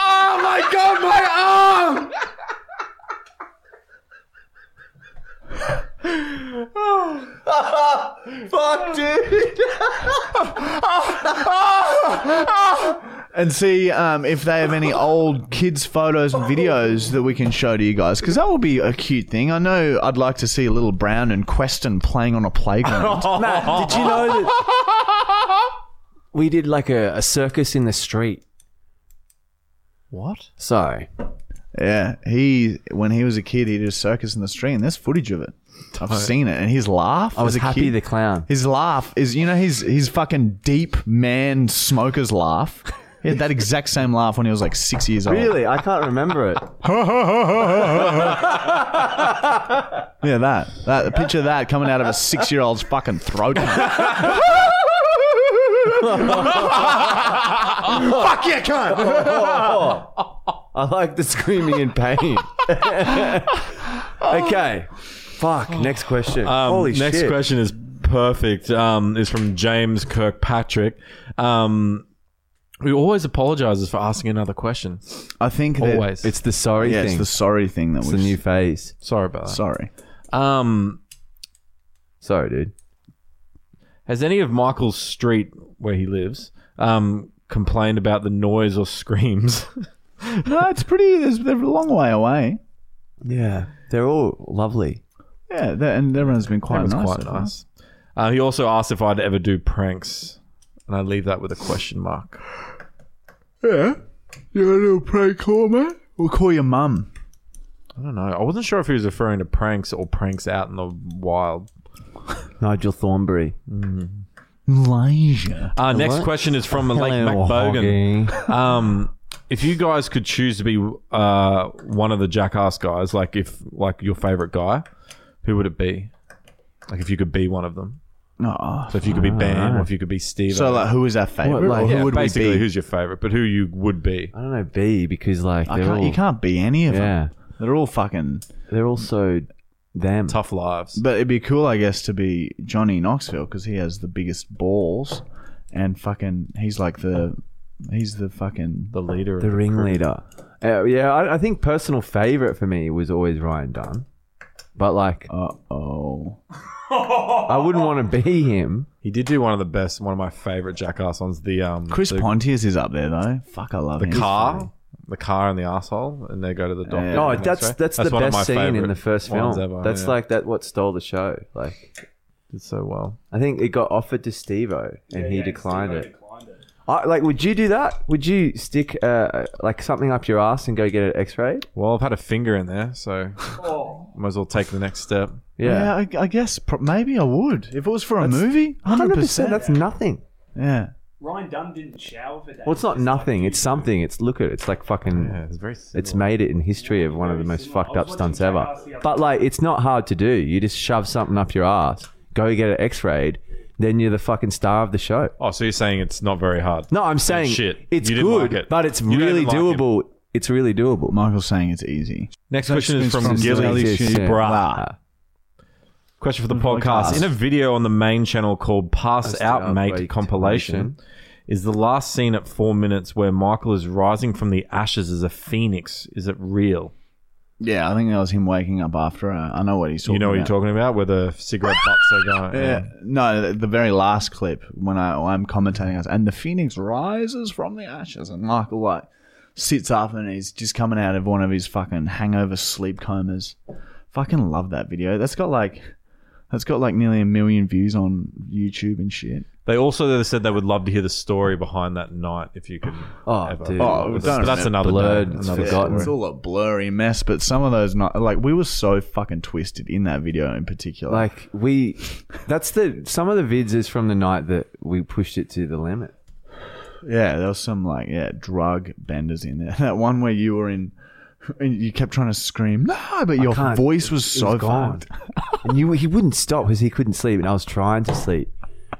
Speaker 2: Oh my god, my arm! fuck, dude!
Speaker 1: and see um if they have any old kids photos and videos that we can show to you guys because that will be a cute thing. I know I'd like to see a little Brown and Queston playing on a
Speaker 2: [LAUGHS]
Speaker 1: playground.
Speaker 2: [LAUGHS] Matt, did you know that we did like a, a circus in the street?
Speaker 3: what?
Speaker 2: So
Speaker 1: Yeah, he when he was a kid, he did a circus in the street, and there's footage of it. I've seen it, and his laugh.
Speaker 2: I was
Speaker 1: as a
Speaker 2: happy
Speaker 1: kid-
Speaker 2: the clown.
Speaker 1: his laugh is you know his his fucking deep man smoker's laugh. He had that exact same laugh when he was like six years old.
Speaker 2: Really, I can't remember [LAUGHS] it.
Speaker 1: Yeah, that that picture of that coming out of a six year old's fucking
Speaker 2: [LAUGHS]
Speaker 1: throat. [LAUGHS] Fuck you, cunt!
Speaker 2: [LAUGHS] I like the screaming in pain. [LAUGHS] okay. Fuck. Next question.
Speaker 3: Um,
Speaker 2: Holy
Speaker 3: next
Speaker 2: shit.
Speaker 3: question is perfect. Um, is from James Kirkpatrick. Um, who always apologizes for asking another question.
Speaker 1: I think that
Speaker 3: Always.
Speaker 2: It's the sorry
Speaker 1: yeah, it's
Speaker 2: thing.
Speaker 1: the
Speaker 2: It's
Speaker 1: sorry thing that
Speaker 2: the,
Speaker 1: we
Speaker 2: new phase.
Speaker 3: sorry about that.
Speaker 1: sorry.
Speaker 3: Um,
Speaker 2: Sorry, dude.
Speaker 3: has any of Michael's street where he lives um, complained about the noise or screams? [LAUGHS]
Speaker 1: No, it's pretty. There's, they're a long way away.
Speaker 2: Yeah, they're all lovely.
Speaker 1: Yeah, they're- and everyone's been quite
Speaker 3: That
Speaker 1: Oh, nice.
Speaker 3: was
Speaker 1: so
Speaker 3: quite
Speaker 1: far.
Speaker 3: nice. Uh, he also asked if I'd ever do pranks, and I leave that with a question mark.
Speaker 1: Yeah. You want to do a prank call, mate? We'll call your mum.
Speaker 3: I don't know. I wasn't sure if he was referring to pranks or pranks out in the wild.
Speaker 2: Nigel Thornbury.
Speaker 1: Malaysia.
Speaker 3: Uh, next question is from Lake McBogan. Um, if you guys could choose to be uh, one of the jackass guys, like if like your favorite guy, who would it be? Like if you could be one of them.
Speaker 1: Oh.
Speaker 3: So if you could be
Speaker 2: Ah,
Speaker 3: Bam, or if you could be Steve.
Speaker 1: So, like, who is our favourite?
Speaker 2: like,
Speaker 1: or who
Speaker 3: yeah,
Speaker 1: would we
Speaker 3: basically,
Speaker 1: be?
Speaker 3: who's your favorite? But who you would be?
Speaker 2: I don't know B because like
Speaker 1: I
Speaker 2: they're
Speaker 1: can't,
Speaker 2: all
Speaker 1: you can't be any of them.
Speaker 2: yeah
Speaker 1: They're all fucking.
Speaker 2: they're also them.
Speaker 3: Tough lives.
Speaker 1: But it'd be cool, I guess, to be Johnny Knoxville because he has the biggest balls, and fucking, he's like the, he's the fucking.
Speaker 3: The leader.
Speaker 2: The
Speaker 3: of
Speaker 2: ringleader. Uh, yeah, I, I think personal favorite for me was always Ryan Dunn, but like
Speaker 1: Uh oh.
Speaker 2: I wouldn't want to be him.
Speaker 3: He did do one of the best, one of my favorite jackass ones. The um,
Speaker 1: Chris
Speaker 3: the,
Speaker 1: Pontius is up there though. Fuck, I love
Speaker 3: the
Speaker 1: him.
Speaker 3: car, the car and the asshole, and they go to the doctor.
Speaker 1: Yeah,
Speaker 2: Oh,
Speaker 3: and
Speaker 2: that's
Speaker 3: X-ray.
Speaker 2: that's, the
Speaker 3: one of
Speaker 2: best
Speaker 3: my
Speaker 2: scene in
Speaker 3: favourite
Speaker 2: the first
Speaker 3: ones
Speaker 2: film.
Speaker 3: ever,
Speaker 2: that's
Speaker 3: yeah.
Speaker 2: like that what stole the show. Like
Speaker 3: did so well.
Speaker 2: I think it got offered to Stevo and he
Speaker 4: Yeah,
Speaker 2: declined
Speaker 4: Steve-O
Speaker 2: it.
Speaker 4: declined it.
Speaker 2: I, like, would you do that? Would you stick uh, like something up your ass and go get it X-rayed?
Speaker 3: Well, I've had a finger in there, so
Speaker 4: Oh,
Speaker 3: might as well take the next step.
Speaker 1: Yeah, I, I guess pro- maybe I would if it was for a movie. Hundred percent.
Speaker 2: That's nothing.
Speaker 1: Yeah.
Speaker 4: Ryan Dunn didn't shower for that.
Speaker 2: Well, it's not
Speaker 4: Just like
Speaker 2: nothing.
Speaker 4: you.
Speaker 2: It's something. It's look at it. It's like fucking.
Speaker 3: Yeah, it's very. Similar.
Speaker 2: Mm. It's made it in history of one of the most
Speaker 4: Similar.
Speaker 2: fucked
Speaker 4: I
Speaker 2: up
Speaker 4: was
Speaker 2: stunts
Speaker 4: watching
Speaker 2: ever.
Speaker 4: Jackass the other
Speaker 2: But like, it's not hard to do. You just shove something up your ass, go get it X-rayed, then you're the fucking star of the show.
Speaker 3: oh, so you're saying it's not very hard?
Speaker 2: No, I'm saying
Speaker 3: shit.
Speaker 2: it's
Speaker 3: You didn't
Speaker 2: good,
Speaker 3: like it.
Speaker 2: but it's
Speaker 3: You don't
Speaker 2: really
Speaker 3: even like it.
Speaker 2: doable. it's really doable.
Speaker 1: Michael's saying it's easy.
Speaker 3: Next question is
Speaker 1: means
Speaker 3: from,
Speaker 1: from
Speaker 3: Gilly.
Speaker 1: Gilly
Speaker 3: Bra.
Speaker 1: Ah.
Speaker 3: Question for the podcast. In a video on the main channel called Pass
Speaker 2: Passed
Speaker 3: Out
Speaker 2: Out
Speaker 3: Mate
Speaker 2: Mate
Speaker 3: compilation,
Speaker 2: Compilation.
Speaker 3: is the last scene at four minutes where Michael is rising from the ashes as a phoenix. Is it real?
Speaker 1: Yeah, I think that was him waking up after. Uh, I know what he's talking.
Speaker 3: You know what
Speaker 1: about.
Speaker 3: you're talking about, where the cigarette butts are going.
Speaker 1: [LAUGHS] Yeah. No, the- the very last clip when I, I'm commentating, I was, and the phoenix rises from the ashes, and Michael like sits up and he's just coming out of one of his fucking hangover sleep comas. Fucking love that video. That's got like, that's got like nearly a million views on YouTube and shit.
Speaker 3: They also said they would love to hear the story behind that night if you could.
Speaker 2: Oh,
Speaker 3: ever.
Speaker 2: dude.
Speaker 1: Oh,
Speaker 3: But
Speaker 1: don't
Speaker 3: that's
Speaker 1: remember.
Speaker 3: another
Speaker 2: Blurred.
Speaker 3: day,
Speaker 2: It's
Speaker 3: another
Speaker 1: Yeah,
Speaker 2: forgotten.
Speaker 1: it's all a blurry mess, but some of those not like we were so fucking twisted in that video in particular.
Speaker 2: Like we, that's the some of the vids is from the night that we pushed it to the limit.
Speaker 1: Yeah, there was some like yeah drug benders in there. [LAUGHS] That one where you were in, and you kept trying to scream no, but your
Speaker 2: can't.
Speaker 1: voice was
Speaker 2: It
Speaker 1: so
Speaker 2: was
Speaker 1: gone.
Speaker 2: [LAUGHS] and you, he wouldn't stop because he couldn't sleep, and I was trying to sleep,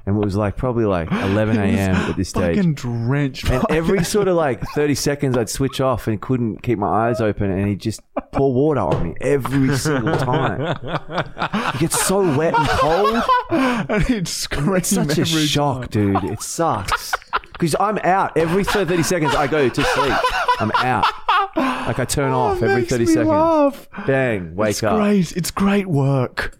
Speaker 2: and it was like
Speaker 1: [LAUGHS]
Speaker 2: probably like 11 a.m. at this stage.
Speaker 1: fucking drenched. [LAUGHS]
Speaker 2: and every sort of like 30 seconds, I'd switch off and couldn't keep my eyes open, and he'd just pour water on me
Speaker 1: [LAUGHS]
Speaker 2: every single time. It gets so wet and
Speaker 1: [LAUGHS]
Speaker 2: cold.
Speaker 1: and he'd scream.
Speaker 2: It's such a
Speaker 1: every-
Speaker 2: shock, dude. It sucks. Because I'm out every 30 seconds. I go to sleep. I'm out. Like I turn off
Speaker 1: Oh, It
Speaker 2: every
Speaker 1: makes
Speaker 2: 30
Speaker 1: me
Speaker 2: seconds.
Speaker 1: laugh.
Speaker 2: Bang, wake
Speaker 1: It's
Speaker 2: up.
Speaker 1: great. It's great work.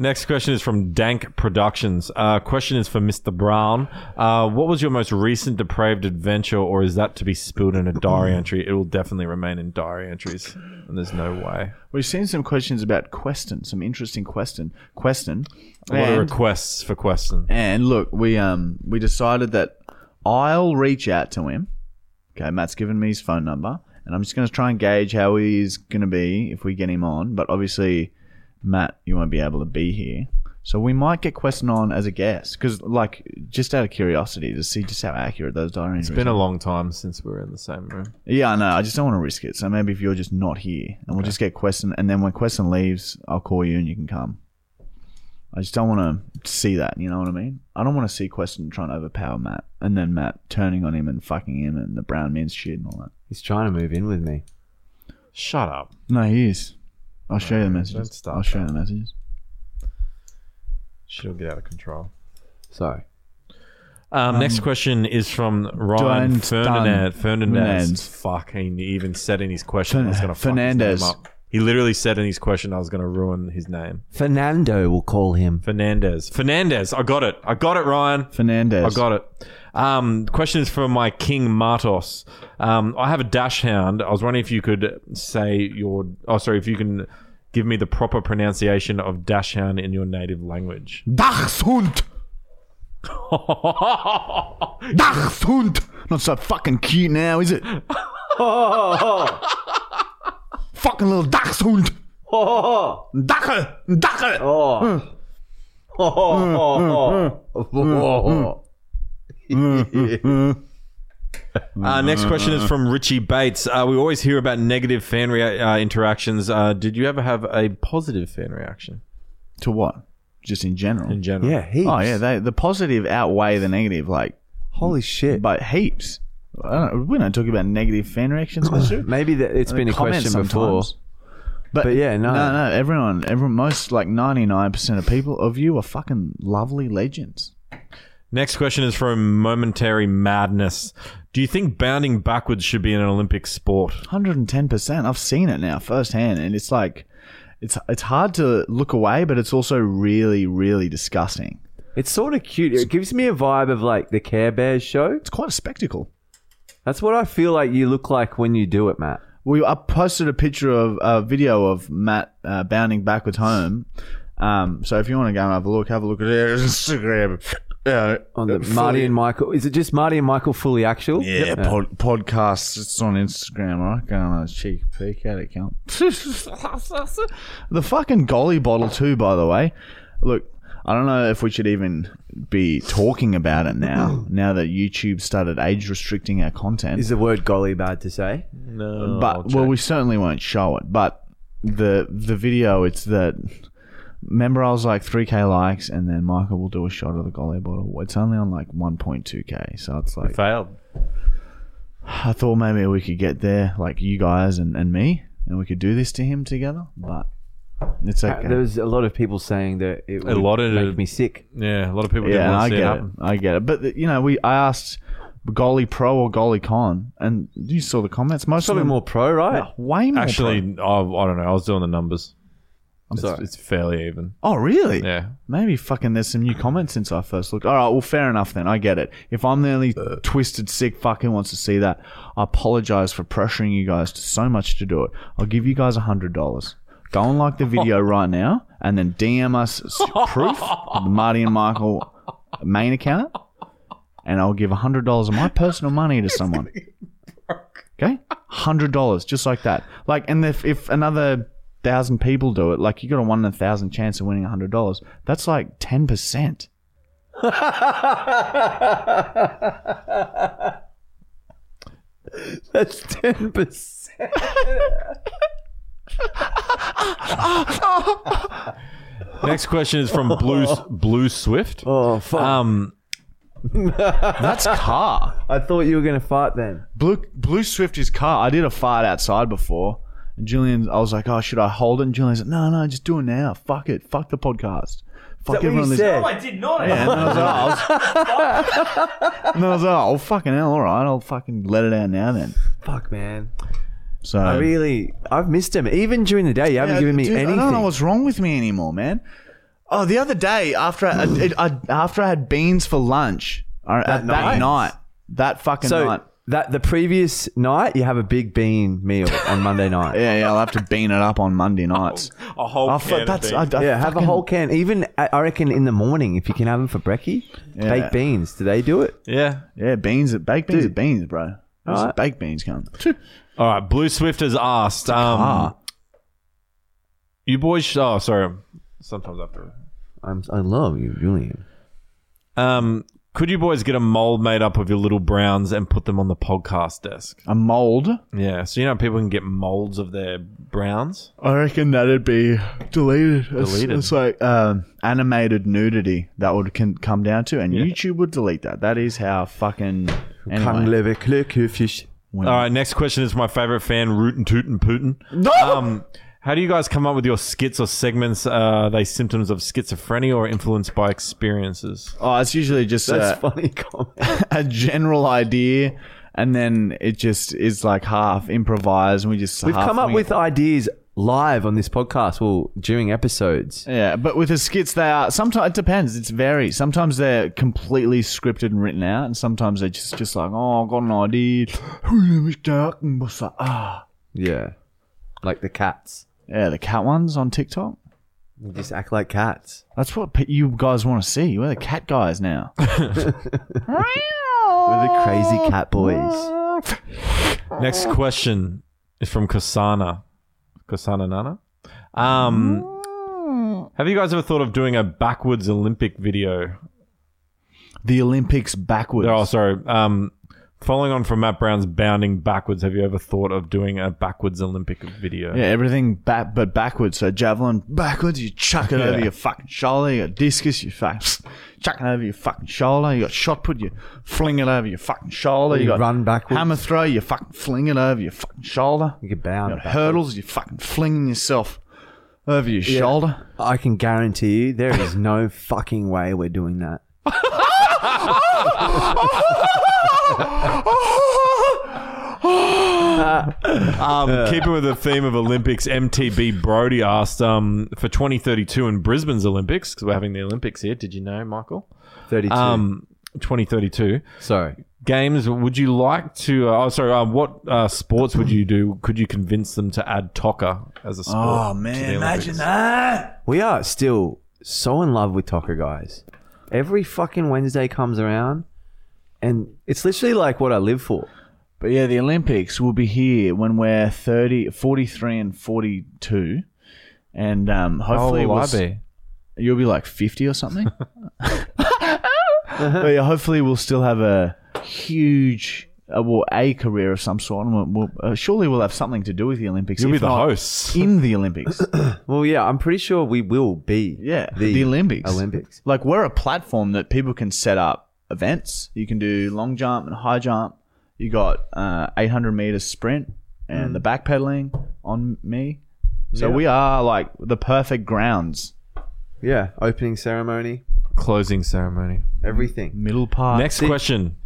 Speaker 3: Next question is from Dank Productions. Uh, question is for Mr. Brown. Uh, what was your most recent depraved adventure, or is that to be spilled in a diary entry? It will definitely remain in diary entries, and there's no way.
Speaker 1: We've seen some questions about Queston, some interesting Queston. Queston.
Speaker 3: What are
Speaker 1: And-
Speaker 3: requests for question?
Speaker 1: And look, we um we decided that I'll reach out to him. Okay, Matt's given me his phone number, and I'm just going to try and gauge how he's going to be if we get him on. But obviously, Matt, you won't be able to be here, so we might get Queston on as a guest because, like, just out of curiosity to see just how accurate those diary entries.
Speaker 3: It's been a long time since we were in the same room.
Speaker 1: yeah, I know. I just don't want to risk it. So maybe if you're just not here, and we'll just get Queston, and then when Queston leaves, I'll call you and you can come. I just don't want to see that. You know what I mean? I don't want to see Queston trying to overpower Matt, and then Matt turning on him and fucking him and the brown men's shit and all that.
Speaker 2: He's trying to move in with me.
Speaker 3: Shut up.
Speaker 1: No, he is. I'll show you the messages.
Speaker 3: don't start
Speaker 1: I'll show you the messages.
Speaker 3: She'll get out of control.
Speaker 2: Sorry.
Speaker 3: Um, next question is from Ryan
Speaker 1: Don't-
Speaker 3: Fernandez.
Speaker 1: don't-
Speaker 3: Fernandez.
Speaker 1: Fernandez.
Speaker 3: Fuck, he even said in his question I was going to fuck his name
Speaker 1: Fernandez.
Speaker 3: up. He literally said in his question I was going to ruin his name.
Speaker 2: Fernando will call him.
Speaker 3: Fernandez. Fernandez. I got it. I got it, Ryan.
Speaker 1: Fernandez.
Speaker 3: I got it. Um, question is from my King Martos. Um, I have a dash hound. I was wondering if you could say your. Oh, sorry. If you can give me the proper pronunciation of dash hound in your native language.
Speaker 2: [LAUGHS]
Speaker 1: Dachshund. Dachshund. Not so fucking cute now,
Speaker 2: [LAUGHS]
Speaker 1: is it? fucking little
Speaker 2: [LAUGHS]
Speaker 1: Dachshund.
Speaker 2: Oh,
Speaker 1: Dachel. Dachel.
Speaker 2: oh, oh, oh, oh,
Speaker 1: Mm.
Speaker 2: oh.
Speaker 3: Uh, next question is from Richie Bates. Uh, we always hear about negative fan rea- uh, interactions. Uh, did you ever have a positive fan reaction
Speaker 1: To what? Just in general.
Speaker 3: in general?
Speaker 2: Yeah, heaps.
Speaker 1: Oh yeah, they, the positive outweigh the negative, like
Speaker 2: Holy shit.
Speaker 1: by heaps. I don't, we're not talking about negative fan reactions,
Speaker 2: [CLEARS THROAT]
Speaker 1: but sure.
Speaker 2: Maybe that it's been a
Speaker 1: Comments
Speaker 2: question before.
Speaker 1: sometimes. But,
Speaker 2: But yeah, no.
Speaker 1: no, no. Everyone, everyone, most like ninety nine percent of people of you are fucking lovely legends.
Speaker 3: Next question is from Momentary Madness. Do you think bounding backwards should be an Olympic sport?
Speaker 1: Hundred and ten percent. I've seen it now firsthand, and it's like, it's it's hard to look away, but it's also really, really disgusting.
Speaker 2: It's sort of cute. It gives me a vibe of like the Care Bears show.
Speaker 1: It's quite a spectacle.
Speaker 2: That's what I feel like you look like when you do it, Matt.
Speaker 1: we I posted a picture of a video of Matt uh, bounding backwards home. Um, so if you want to go and have a look, have a look at it. [LAUGHS] Instagram. Uh,
Speaker 2: On the Marty and Michael. Is it just Marty and Michael fully actual?
Speaker 1: yeah, pod, podcasts. It's on Instagram, all right? Go and have a cheek peek at it, count. [LAUGHS] the fucking golly bottle too, by the way. Look, I don't know if we should even be talking about it now. now that YouTube started age restricting our content,
Speaker 2: Is the word golly bad to say?
Speaker 3: No.
Speaker 1: but well, we certainly won't show it. But the the video, it's that. Remember, I was like 3k likes, and then Michael will do a shot of the goalie bottle. It's only on like 1.2k, so it's like
Speaker 3: failed.
Speaker 1: I thought maybe we could get there, like you guys and, and me, and we could do this to him together. But it's okay.
Speaker 2: Uh, There was a lot of people saying that it would
Speaker 3: lot of-
Speaker 2: make me sick.
Speaker 3: Yeah, a lot of people didn't
Speaker 1: yeah,
Speaker 3: want
Speaker 1: I
Speaker 3: to see
Speaker 1: get
Speaker 3: it
Speaker 1: it.
Speaker 3: happen.
Speaker 1: I get it. But you know, we I asked goalie pro or goalie con, and you saw the comments. Most
Speaker 2: Probably
Speaker 1: of them
Speaker 2: more pro, right?
Speaker 1: way more. pro.
Speaker 3: Actually, oh, I don't know. I was doing the numbers. it's,
Speaker 2: sorry.
Speaker 3: it's fairly even.
Speaker 1: oh really?
Speaker 3: Yeah.
Speaker 1: Maybe fucking there's some new comments since I first looked. All right, well, fair enough then. I get it. If I'm the only twisted, sick fuck who wants to see that, I apologize for pressuring you guys to so much to do it. I'll give you guys $100. Go and like the video right now and then DM us s- proof of the Marty and Michael main account and I'll give $100 of my personal money to someone. Okay? $100, just like that. Like, and if, if another thousand people do it, like, you got a one in a thousand chance of winning $100. That's like 10%.
Speaker 2: [LAUGHS] That's ten percent.
Speaker 3: Next question is from Blue Blue Swift.
Speaker 2: Oh fuck!
Speaker 3: Um,
Speaker 2: [LAUGHS]
Speaker 1: That's car.
Speaker 2: I thought you were gonna fart then.
Speaker 1: Blue, Blue Swift is car. I did a fart outside before. And Julian, I was like, oh, should I hold it? And Julian's like, no, no, just do it now. Fuck it. Fuck the podcast. Fuck
Speaker 2: Is that what you
Speaker 1: listening."
Speaker 2: said?
Speaker 4: No, Oh, I did not. [LAUGHS]
Speaker 1: Yeah, and then I was like, oh, I
Speaker 2: [LAUGHS]
Speaker 1: was- [LAUGHS] and then I was like, oh, fucking hell, all right, I'll fucking let it out now then.
Speaker 2: Fuck, man.
Speaker 1: So
Speaker 2: I really, I've missed him. Even during the day, you haven't
Speaker 1: Um, Yeah,
Speaker 2: given me
Speaker 1: dude,
Speaker 2: anything.
Speaker 1: I don't know what's wrong with me anymore, man. Oh, the other day after I, I, I after I had beans for lunch I, that,
Speaker 2: night?
Speaker 1: that night, that fucking
Speaker 2: so
Speaker 1: night.
Speaker 2: that the previous night, you have a big bean
Speaker 1: [LAUGHS]
Speaker 2: meal on Monday night.
Speaker 1: Yeah, yeah, I'll have to bean it up on Monday [LAUGHS] nights.
Speaker 3: a whole
Speaker 1: Oh,
Speaker 3: can
Speaker 1: fuck,
Speaker 3: of
Speaker 1: that's
Speaker 3: beans.
Speaker 1: I, I
Speaker 2: Yeah, have a
Speaker 1: fucking-
Speaker 2: whole can. Even I I reckon in the morning, if you can have them for brekkie,
Speaker 1: Yeah.
Speaker 2: baked beans. Do they do it?
Speaker 3: yeah.
Speaker 1: Yeah, beans, baked beans, are beans, bro. Those are
Speaker 2: Alright.
Speaker 1: baked beans, come.
Speaker 3: All right. Blue Swift has asked. Um, You boys. sh- Oh, sorry. Sometimes after.
Speaker 2: I'm, I love you, Julian.
Speaker 3: Um, could you boys get a mold made up of your little browns and put them on the podcast desk?
Speaker 1: A mold.
Speaker 3: Yeah. So you know people can get molds of their browns.
Speaker 1: I reckon that'd be deleted. It's-
Speaker 3: Deleted.
Speaker 1: It's, like um, animated nudity that would can come down to, and YouTube would delete that. That is how fucking.
Speaker 2: Can't
Speaker 1: Anyway,
Speaker 2: live a clear fish.
Speaker 3: All right. Next question is my favorite fan, Rootin' Tootin' Putin. Um, how do you guys come up with your skits or segments? Uh, are they symptoms of schizophrenia or influenced by experiences?
Speaker 1: oh, it's usually just uh,
Speaker 2: That's funny comment.
Speaker 1: a general idea, and then it just is like half improvised, and we just
Speaker 2: We've
Speaker 1: half
Speaker 2: come up
Speaker 1: wing it.
Speaker 2: with ideas live on this podcast. Well, during episodes.
Speaker 1: Yeah, but with the skits, they are sometimes it depends. It's very sometimes they're completely scripted and written out, and sometimes they're just just like, oh, I got an idea. [GASPS] Ah.
Speaker 2: Yeah. Like the cats.
Speaker 1: yeah, the cat ones on TikTok.
Speaker 2: You just act like cats.
Speaker 1: That's what pe- you guys want to see. We're the cat guys now. We're the
Speaker 2: The crazy
Speaker 1: Oh,
Speaker 2: cat boys.
Speaker 3: Next question is from Kasana. Kasana Nana? Um, have you guys ever thought of doing a backwards Olympic video?
Speaker 1: The Olympics backwards.
Speaker 3: Oh, sorry. Um, following on from Matt Brown's bounding backwards, have you ever thought of doing a backwards Olympic video?
Speaker 1: Yeah, everything ba- but backwards. So javelin backwards, you chuck [LAUGHS] it over your fucking shoulder. You got discus, you fuck, chuck it over your fucking shoulder. You got shot put, you fling it over your fucking shoulder. You,
Speaker 2: You
Speaker 1: got
Speaker 2: run backwards.
Speaker 1: Hammer throw, you fucking fling it over your fucking shoulder.
Speaker 2: You get
Speaker 1: You
Speaker 2: bound.
Speaker 1: got hurdles, you fucking flinging yourself over your shoulder.
Speaker 2: I can guarantee you there is
Speaker 3: [LAUGHS]
Speaker 2: no fucking way we're doing that.
Speaker 3: Um, keeping with the theme of Olympics, MTB Brody asked um, for 2032 in Brisbane's Olympics because we're having the Olympics here. Did you know, Michael?
Speaker 2: 32.
Speaker 3: Um, 2032
Speaker 2: Sorry.
Speaker 3: games. Would you like to? Uh, oh, sorry. Uh, what uh, sports would you do? Could you convince them to add Tocker as a sport?
Speaker 1: Oh
Speaker 3: to
Speaker 1: man,
Speaker 3: the
Speaker 1: imagine
Speaker 3: Olympics?
Speaker 1: that.
Speaker 2: We are still so in love with Tucker, guys. Every fucking Wednesday comes around, and it's literally like what I live for.
Speaker 1: But yeah, the Olympics will be here when we're 30, 43 and 42. And um, hopefully
Speaker 3: will
Speaker 1: we'll
Speaker 3: I
Speaker 1: s-
Speaker 3: be?
Speaker 1: you'll be like 50 or
Speaker 3: [LAUGHS]
Speaker 1: something. but yeah, hopefully we'll still have a huge, uh, well, a career of some sort. And we'll, we'll, uh, surely we'll have something to do with the Olympics.
Speaker 3: You'll be
Speaker 1: if
Speaker 3: the
Speaker 1: not
Speaker 3: hosts.
Speaker 1: In the
Speaker 3: [LAUGHS]
Speaker 1: Olympics.
Speaker 2: Well, yeah, I'm pretty sure we will be.
Speaker 1: Yeah, the Olympics.
Speaker 2: Olympics.
Speaker 1: like we're a platform that people can set up events. You can do long jump and high jump. You got uh, 800 meter sprint and the backpedaling on me. So we are like the perfect grounds.
Speaker 2: Yeah, opening ceremony,
Speaker 3: Closing ceremony.
Speaker 2: everything.
Speaker 1: Middle part.
Speaker 3: Next question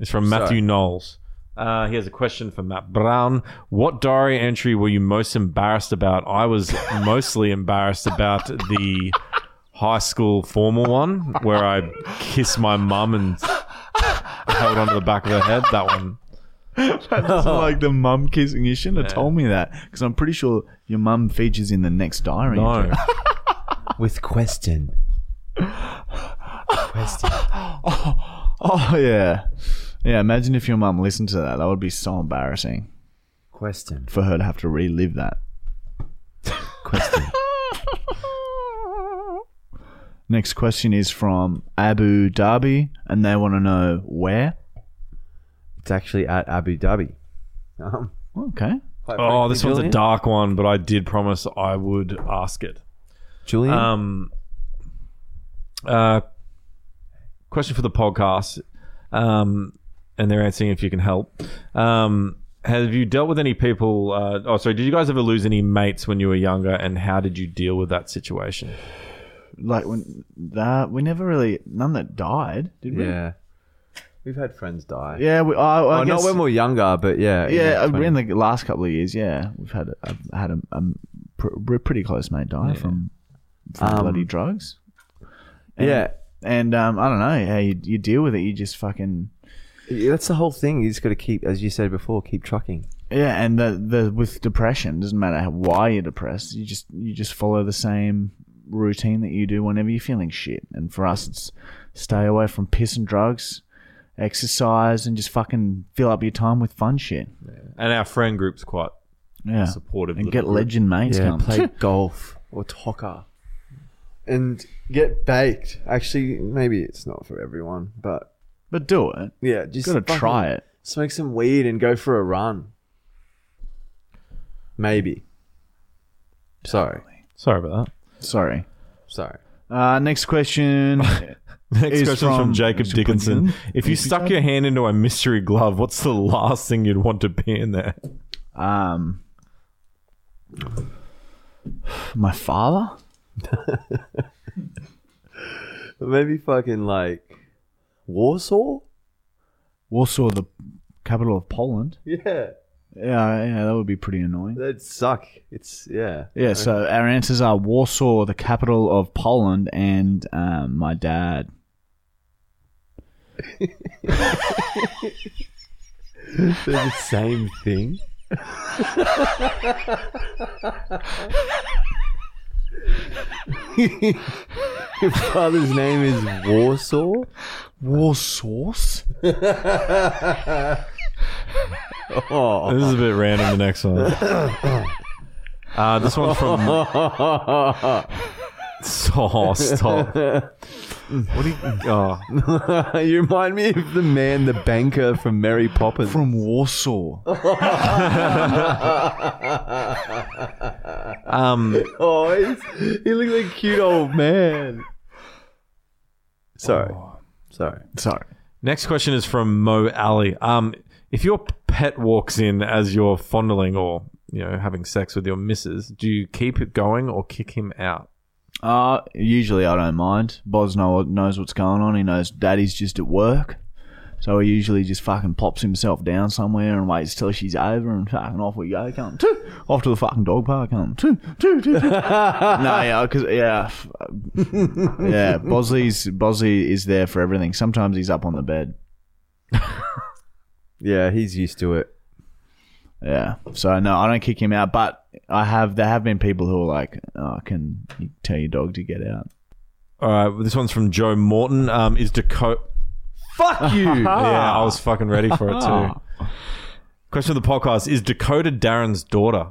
Speaker 3: is from Matthew Knowles. Uh, he has a question for Matt Brown. What diary entry were you most embarrassed about? I was [LAUGHS] mostly embarrassed about the high school formal one where I kissed my mum and held onto the back of her head. That one.
Speaker 1: [LAUGHS] That's
Speaker 2: Oh.
Speaker 1: like the mum kissing. You shouldn't have told me that because I'm pretty sure your mum features in the next diary.
Speaker 3: No.
Speaker 2: With question.
Speaker 1: Oh yeah, yeah. Imagine if your mum listened to that. That would be so embarrassing
Speaker 2: Question.
Speaker 1: for her to have to relive that.
Speaker 2: [LAUGHS] Question.
Speaker 1: Next question is from Abu Dhabi, and they want to know where.
Speaker 2: it's actually at Abu Dhabi. Um,
Speaker 1: Okay.
Speaker 2: quite
Speaker 3: Oh,
Speaker 2: frankly,
Speaker 3: this one's a
Speaker 2: Julian-
Speaker 3: dark one, but I did promise I would ask it.
Speaker 2: Julian?
Speaker 3: Um, uh, question for the podcast, um, and they're answering if you can help. Um, have you dealt with any people? Uh, oh, sorry. Did you guys ever lose any mates when you were younger, and how did you deal with that situation?
Speaker 1: Like when that we never really none that died, did we?
Speaker 2: yeah. We've had friends die.
Speaker 1: Yeah. We, I, I
Speaker 2: Well,
Speaker 1: guess,
Speaker 2: not when we were younger, but yeah. in
Speaker 1: yeah,
Speaker 2: the
Speaker 1: uh, in the last couple of years, yeah, we've had a- I've had a, a pr- pretty close mate die from, from
Speaker 2: Um,
Speaker 1: bloody drugs.
Speaker 2: 20 yeah.
Speaker 1: And um, I don't know how you, you deal with it. You just fucking
Speaker 2: Yeah, that's the whole thing. You just got to keep, as you said before, keep trucking.
Speaker 1: yeah. And the the with depression doesn't matter how, why you're depressed. You just you just follow the same routine that you do whenever you're feeling shit. And for us, it's stay away from piss and drugs, exercise, and just fucking fill up your time with fun shit.
Speaker 3: And our friend group's quite
Speaker 1: Yeah,
Speaker 3: supportive.
Speaker 1: and
Speaker 3: little
Speaker 1: get
Speaker 3: group.
Speaker 1: legend mates.
Speaker 2: Yeah,
Speaker 1: come.
Speaker 2: [LAUGHS] play golf or tocker, and get baked. Actually, maybe it's not for everyone, but
Speaker 1: [LAUGHS] but do it.
Speaker 2: yeah, just
Speaker 1: Gotta
Speaker 2: fucking
Speaker 1: try it.
Speaker 2: Smoke some weed and go for a run. Maybe. Sorry,
Speaker 3: Sorry about that. [LAUGHS]
Speaker 1: Sorry.
Speaker 2: sorry.
Speaker 1: Uh, next [LAUGHS] question.
Speaker 3: Next
Speaker 1: Is
Speaker 3: question from,
Speaker 1: from-
Speaker 3: Jacob
Speaker 1: Jacob
Speaker 3: Dickinson.
Speaker 1: Dickinson.
Speaker 3: If you stuck your hand into a mystery glove, what's the last thing you'd want to be in there?
Speaker 1: um, my father.
Speaker 2: Maybe fucking like Warsaw.
Speaker 1: Warsaw, the capital of Poland.
Speaker 2: Yeah.
Speaker 1: Yeah, yeah, that would be pretty annoying.
Speaker 2: That'd suck. It's yeah.
Speaker 1: Yeah, so our answers are Warsaw, the capital of Poland, and um, my dad.
Speaker 2: They're the same thing. Your father's name is Warsaw.
Speaker 1: Warsaw?
Speaker 2: Oh,
Speaker 3: This is a bit random. The next one. Uh, this one's from. Oh, stop. What do you? Oh,
Speaker 2: [LAUGHS] you remind me of the man, the banker from Mary Poppins.
Speaker 1: From Warsaw.
Speaker 3: um,
Speaker 2: oh, he's, he looks like a cute old man. Sorry, Oh, sorry.
Speaker 1: Sorry.
Speaker 3: next question is from Mo Alley. Um, if your pet walks in as you're fondling or you know having sex with your missus, do you keep it going or kick him out?
Speaker 1: Uh, usually I don't mind. Boz know, knows what's going on. He knows daddy's just at work. So he usually just fucking pops himself down somewhere and waits till she's over and fucking off we go. Come, toot, off to the fucking dog park. Come, toot, toot, toot, toot. no, yeah, because, yeah. f- yeah, Bosley's, Bosley is there for everything. Sometimes he's up on the bed.
Speaker 2: Yeah, he's used to it.
Speaker 1: Yeah. So no, I don't kick him out, but I have there have been people who are like, oh, can you tell your dog to get out?
Speaker 3: All right, this one's from Joe Morton. Um, is Dakota?
Speaker 2: Fuck
Speaker 3: [LAUGHS]
Speaker 2: you.
Speaker 3: Yeah, I was fucking ready for it too. [LAUGHS] Question of the podcast is Dakota Darren's daughter.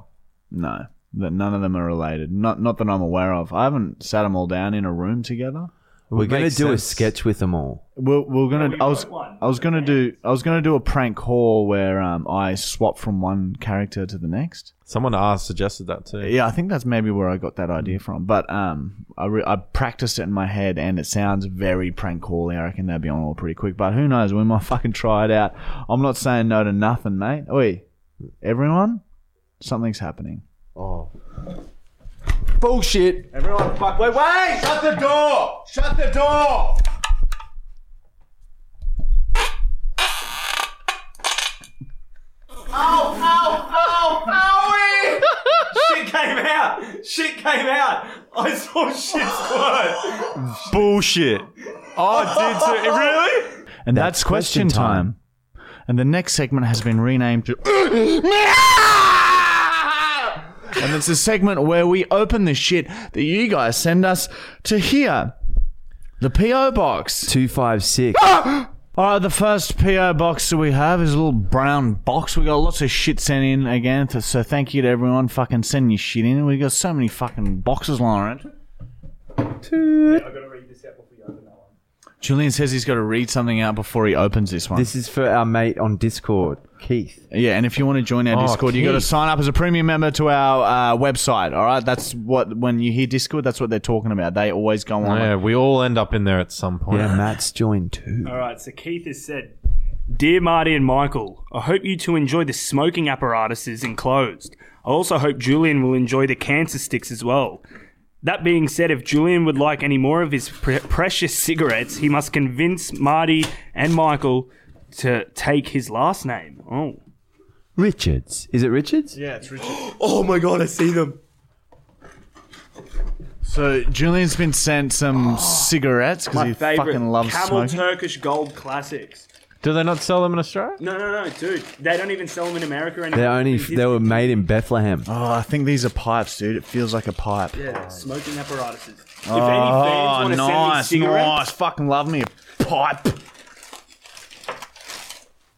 Speaker 1: No. That none of them are related. Not not that I'm aware of. I haven't sat them all down in a room together.
Speaker 2: We're
Speaker 3: Would
Speaker 2: gonna
Speaker 3: make
Speaker 2: do a
Speaker 3: sense.
Speaker 2: sketch with them all.
Speaker 1: We're, we're gonna.
Speaker 4: we
Speaker 1: I was.
Speaker 4: wrote one.
Speaker 1: I was gonna do. I was gonna do a prank call where um, I swap from one character to the next.
Speaker 3: Someone asked, suggested that too.
Speaker 1: Yeah, I think that's maybe where I got that
Speaker 4: Mm.
Speaker 1: idea from. But um, I, re- I practiced it in my head, and it sounds very prank call. I reckon they'll be on all pretty quick. But who knows? We might [LAUGHS] fucking try it out. I'm not saying no to nothing, mate. Oi, everyone, something's happening.
Speaker 2: Oh. Bullshit.
Speaker 4: Everyone, fuck. Wait, wait!
Speaker 2: Shut the door! Shut the door!
Speaker 4: Shit came out! Shit came out! I saw shit squirt!
Speaker 3: Bullshit. Oh, did too. [LAUGHS] Really?
Speaker 1: And that's, question,
Speaker 2: question
Speaker 1: time. And the next segment has been renamed [LAUGHS] to. and it's a segment where we open the shit that you guys send us to hear. The P.O. Box.
Speaker 2: 256.
Speaker 1: All right, the first PO box that we have is a little brown box. We got lots of shit sent in again, th- so thank you to everyone fucking sending your shit in. We got so many fucking boxes lying around.
Speaker 4: I gotta read this out before you open that one.
Speaker 1: Julian says he's got to read something out before he opens this one.
Speaker 2: This is for our mate on Discord, Keith.
Speaker 1: yeah, and if you want to join our
Speaker 3: Oh,
Speaker 1: Discord, you got to
Speaker 3: Keith.
Speaker 1: sign up as a premium member to our uh, website. All right, that's what when you hear Discord, that's what they're talking about. They always go on.
Speaker 3: Yeah, we all end up in there at some point.
Speaker 2: Yeah, Matt's joined too.
Speaker 4: Alright, so Keith has said Dear Marty and Michael, I hope you two enjoy the smoking apparatuses enclosed. I also hope Julian will enjoy the cancer sticks as well. That being said, if Julian would like any more of his pre- precious cigarettes, he must convince Marty and Michael to take his last name. Oh.
Speaker 2: Richards. Is it Richards?
Speaker 1: Yeah, it's Richard.
Speaker 2: Oh my god, I see them.
Speaker 1: So Julian's been sent some cigarettes because he fucking loves
Speaker 4: Oh. Camel
Speaker 1: smoking.
Speaker 4: Turkish Gold Classics.
Speaker 3: Do they not sell them in Australia?
Speaker 4: No, no, no, dude. They don't even sell them in America anymore.
Speaker 2: They're only
Speaker 4: It's-
Speaker 2: they were made in Bethlehem.
Speaker 1: Oh, I think these are pipes, dude. It feels like a pipe.
Speaker 4: Yeah, smoking apparatuses. If
Speaker 1: Oh,
Speaker 4: any fans want to
Speaker 1: nice,
Speaker 4: send me cigarettes,
Speaker 1: nice. Fucking love me a pipe.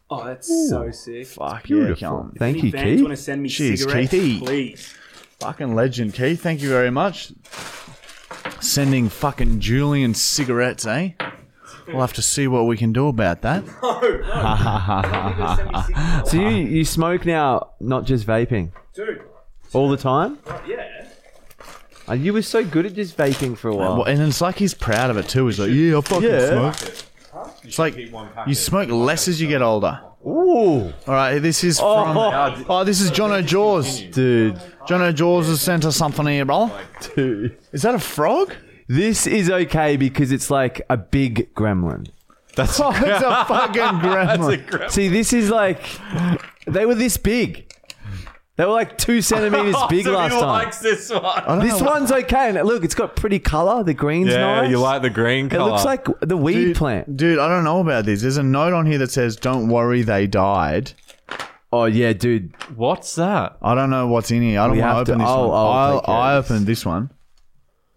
Speaker 4: oh, that's so sick.
Speaker 1: Fuck
Speaker 2: Beautiful.
Speaker 1: yeah, Keith.
Speaker 2: Thank
Speaker 4: Any
Speaker 2: you,
Speaker 4: fans want to
Speaker 2: Keith.
Speaker 4: send me
Speaker 1: Cheers,
Speaker 4: cigarettes,
Speaker 1: Keithy.
Speaker 4: please?
Speaker 1: Fucking legend, Keith. Thank you very much. Sending fucking Julian cigarettes, eh? We'll have to see what we can do about that.
Speaker 2: So you you smoke now, not just vaping,
Speaker 4: Dude,
Speaker 2: all the time.
Speaker 4: yeah.
Speaker 2: Uh, You were so good at just vaping for a
Speaker 1: Well,
Speaker 2: while.
Speaker 1: and it's like he's proud of it too. He's like, yeah, I fucking
Speaker 2: Yeah.
Speaker 1: smoke. It's like you smoke less as you get older.
Speaker 2: Ooh,
Speaker 1: All right, this is from.
Speaker 2: Oh.
Speaker 1: Oh, this is John O'Jaws.
Speaker 2: dude,
Speaker 1: John O'Jaws has sent us something here, bro.
Speaker 2: dude.
Speaker 1: Is that a frog?
Speaker 2: This is okay because it's like a big gremlin.
Speaker 1: Oh,
Speaker 2: [LAUGHS]
Speaker 1: That's a fucking gremlin.
Speaker 2: See, this is like they were this big. They were like two centimeters [LAUGHS] big
Speaker 3: so he
Speaker 2: last time. Oh,
Speaker 3: likes this one.
Speaker 1: don't
Speaker 2: This
Speaker 1: know.
Speaker 2: one's okay. And look, it's got pretty color. The green's
Speaker 3: Yeah,
Speaker 2: nice.
Speaker 3: you like the green
Speaker 2: It
Speaker 3: color.
Speaker 2: looks like the weed plant.
Speaker 1: Dude, I don't know about this. There's a note on here that says, "Don't worry, they died."
Speaker 2: Oh yeah, dude.
Speaker 3: what's that?
Speaker 2: Oh.
Speaker 1: I don't know what's in here. I don't
Speaker 2: We
Speaker 1: want to
Speaker 2: have to-
Speaker 1: open this
Speaker 2: I'll-
Speaker 1: one.
Speaker 2: I'll take care of
Speaker 1: I
Speaker 2: this.
Speaker 1: opened this one.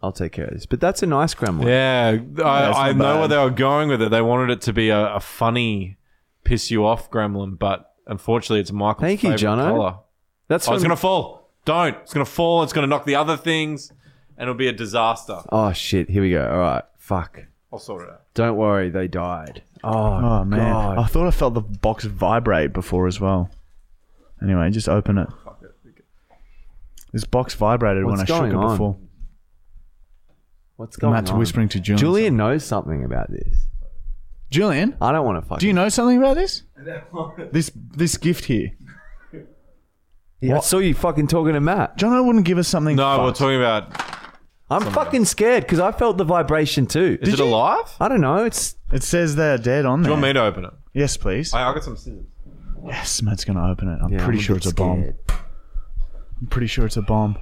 Speaker 2: I'll take care of this. But that's a nice gremlin.
Speaker 3: Yeah,
Speaker 1: it's
Speaker 3: I, I
Speaker 1: not
Speaker 3: know
Speaker 1: bad.
Speaker 3: where they were going with it. They wanted it to be a, a funny, piss you off gremlin, but unfortunately, it's Michael's
Speaker 2: Thank you,
Speaker 3: favorite
Speaker 2: Jono.
Speaker 3: color.
Speaker 2: That's
Speaker 3: Oh, it's
Speaker 2: when-
Speaker 3: gonna fall. Don't. It's gonna fall. It's gonna knock the other things, and it'll be a disaster.
Speaker 2: Oh shit. Here we go. All right. Fuck.
Speaker 3: I'll sort it out.
Speaker 2: Don't worry. They died. Oh,
Speaker 1: Oh man,
Speaker 2: God.
Speaker 1: I thought I felt the box vibrate before as well. Anyway, just open it. This box vibrated
Speaker 2: What's
Speaker 1: when I shook
Speaker 2: going
Speaker 1: it
Speaker 2: on?
Speaker 1: before.
Speaker 2: What's going
Speaker 1: Matt's
Speaker 2: on?
Speaker 1: whispering to Julian.
Speaker 2: Julian knows something about this.
Speaker 1: Julian,
Speaker 2: I don't want to fuck.
Speaker 1: do you know something about [LAUGHS] this? this this gift here.
Speaker 2: I saw you fucking talking to Matt.
Speaker 1: Jono wouldn't give us something.
Speaker 3: No, we're
Speaker 1: fucked.
Speaker 3: talking about.
Speaker 2: I'm fucking scared because I felt the vibration too.
Speaker 3: Is it alive?
Speaker 2: I don't know. It's
Speaker 1: It says they are dead on
Speaker 3: Do you
Speaker 1: there.
Speaker 3: want me to open it?
Speaker 1: yes, please.
Speaker 3: I, I got some scissors.
Speaker 1: yes, Matt's gonna open it. I'm
Speaker 2: Yeah,
Speaker 1: pretty
Speaker 2: I'm
Speaker 1: sure
Speaker 2: bit
Speaker 1: it's a bomb.
Speaker 2: scared.
Speaker 1: I'm pretty sure it's a bomb.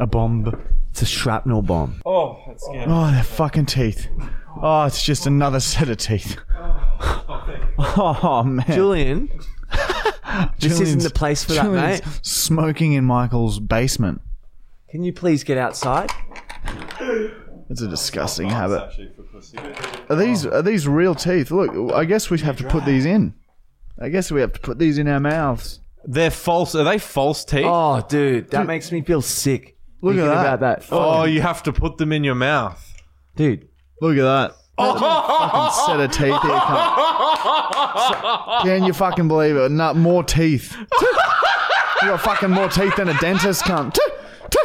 Speaker 1: A bomb.
Speaker 2: It's a shrapnel bomb.
Speaker 3: Oh, that's scary.
Speaker 1: Oh, their fucking teeth. Oh, it's just another set of [LAUGHS] teeth. [LAUGHS] Oh man,
Speaker 2: Julian, this isn't
Speaker 1: Julian's-
Speaker 2: the place for that,
Speaker 1: Julian's
Speaker 2: mate.
Speaker 1: Smoking in Michael's basement.
Speaker 2: Can you please get outside?
Speaker 1: It's a
Speaker 2: Oh,
Speaker 1: disgusting habit. Are these are these real teeth? Look, I guess we have to put these in. I guess we have to put these in our mouths.
Speaker 3: They're false. Are they false teeth? Oh,
Speaker 2: Oh, dude, that makes me feel sick.
Speaker 1: Look at
Speaker 2: thinking
Speaker 1: that.
Speaker 2: about that.
Speaker 3: Oh, you have to put them in your mouth.
Speaker 2: dude.
Speaker 1: Look at that. Fucking set of teeth here. Come. Can you fucking believe it? Not more teeth. you got fucking more teeth than a dentist, cunt. Tch, tch,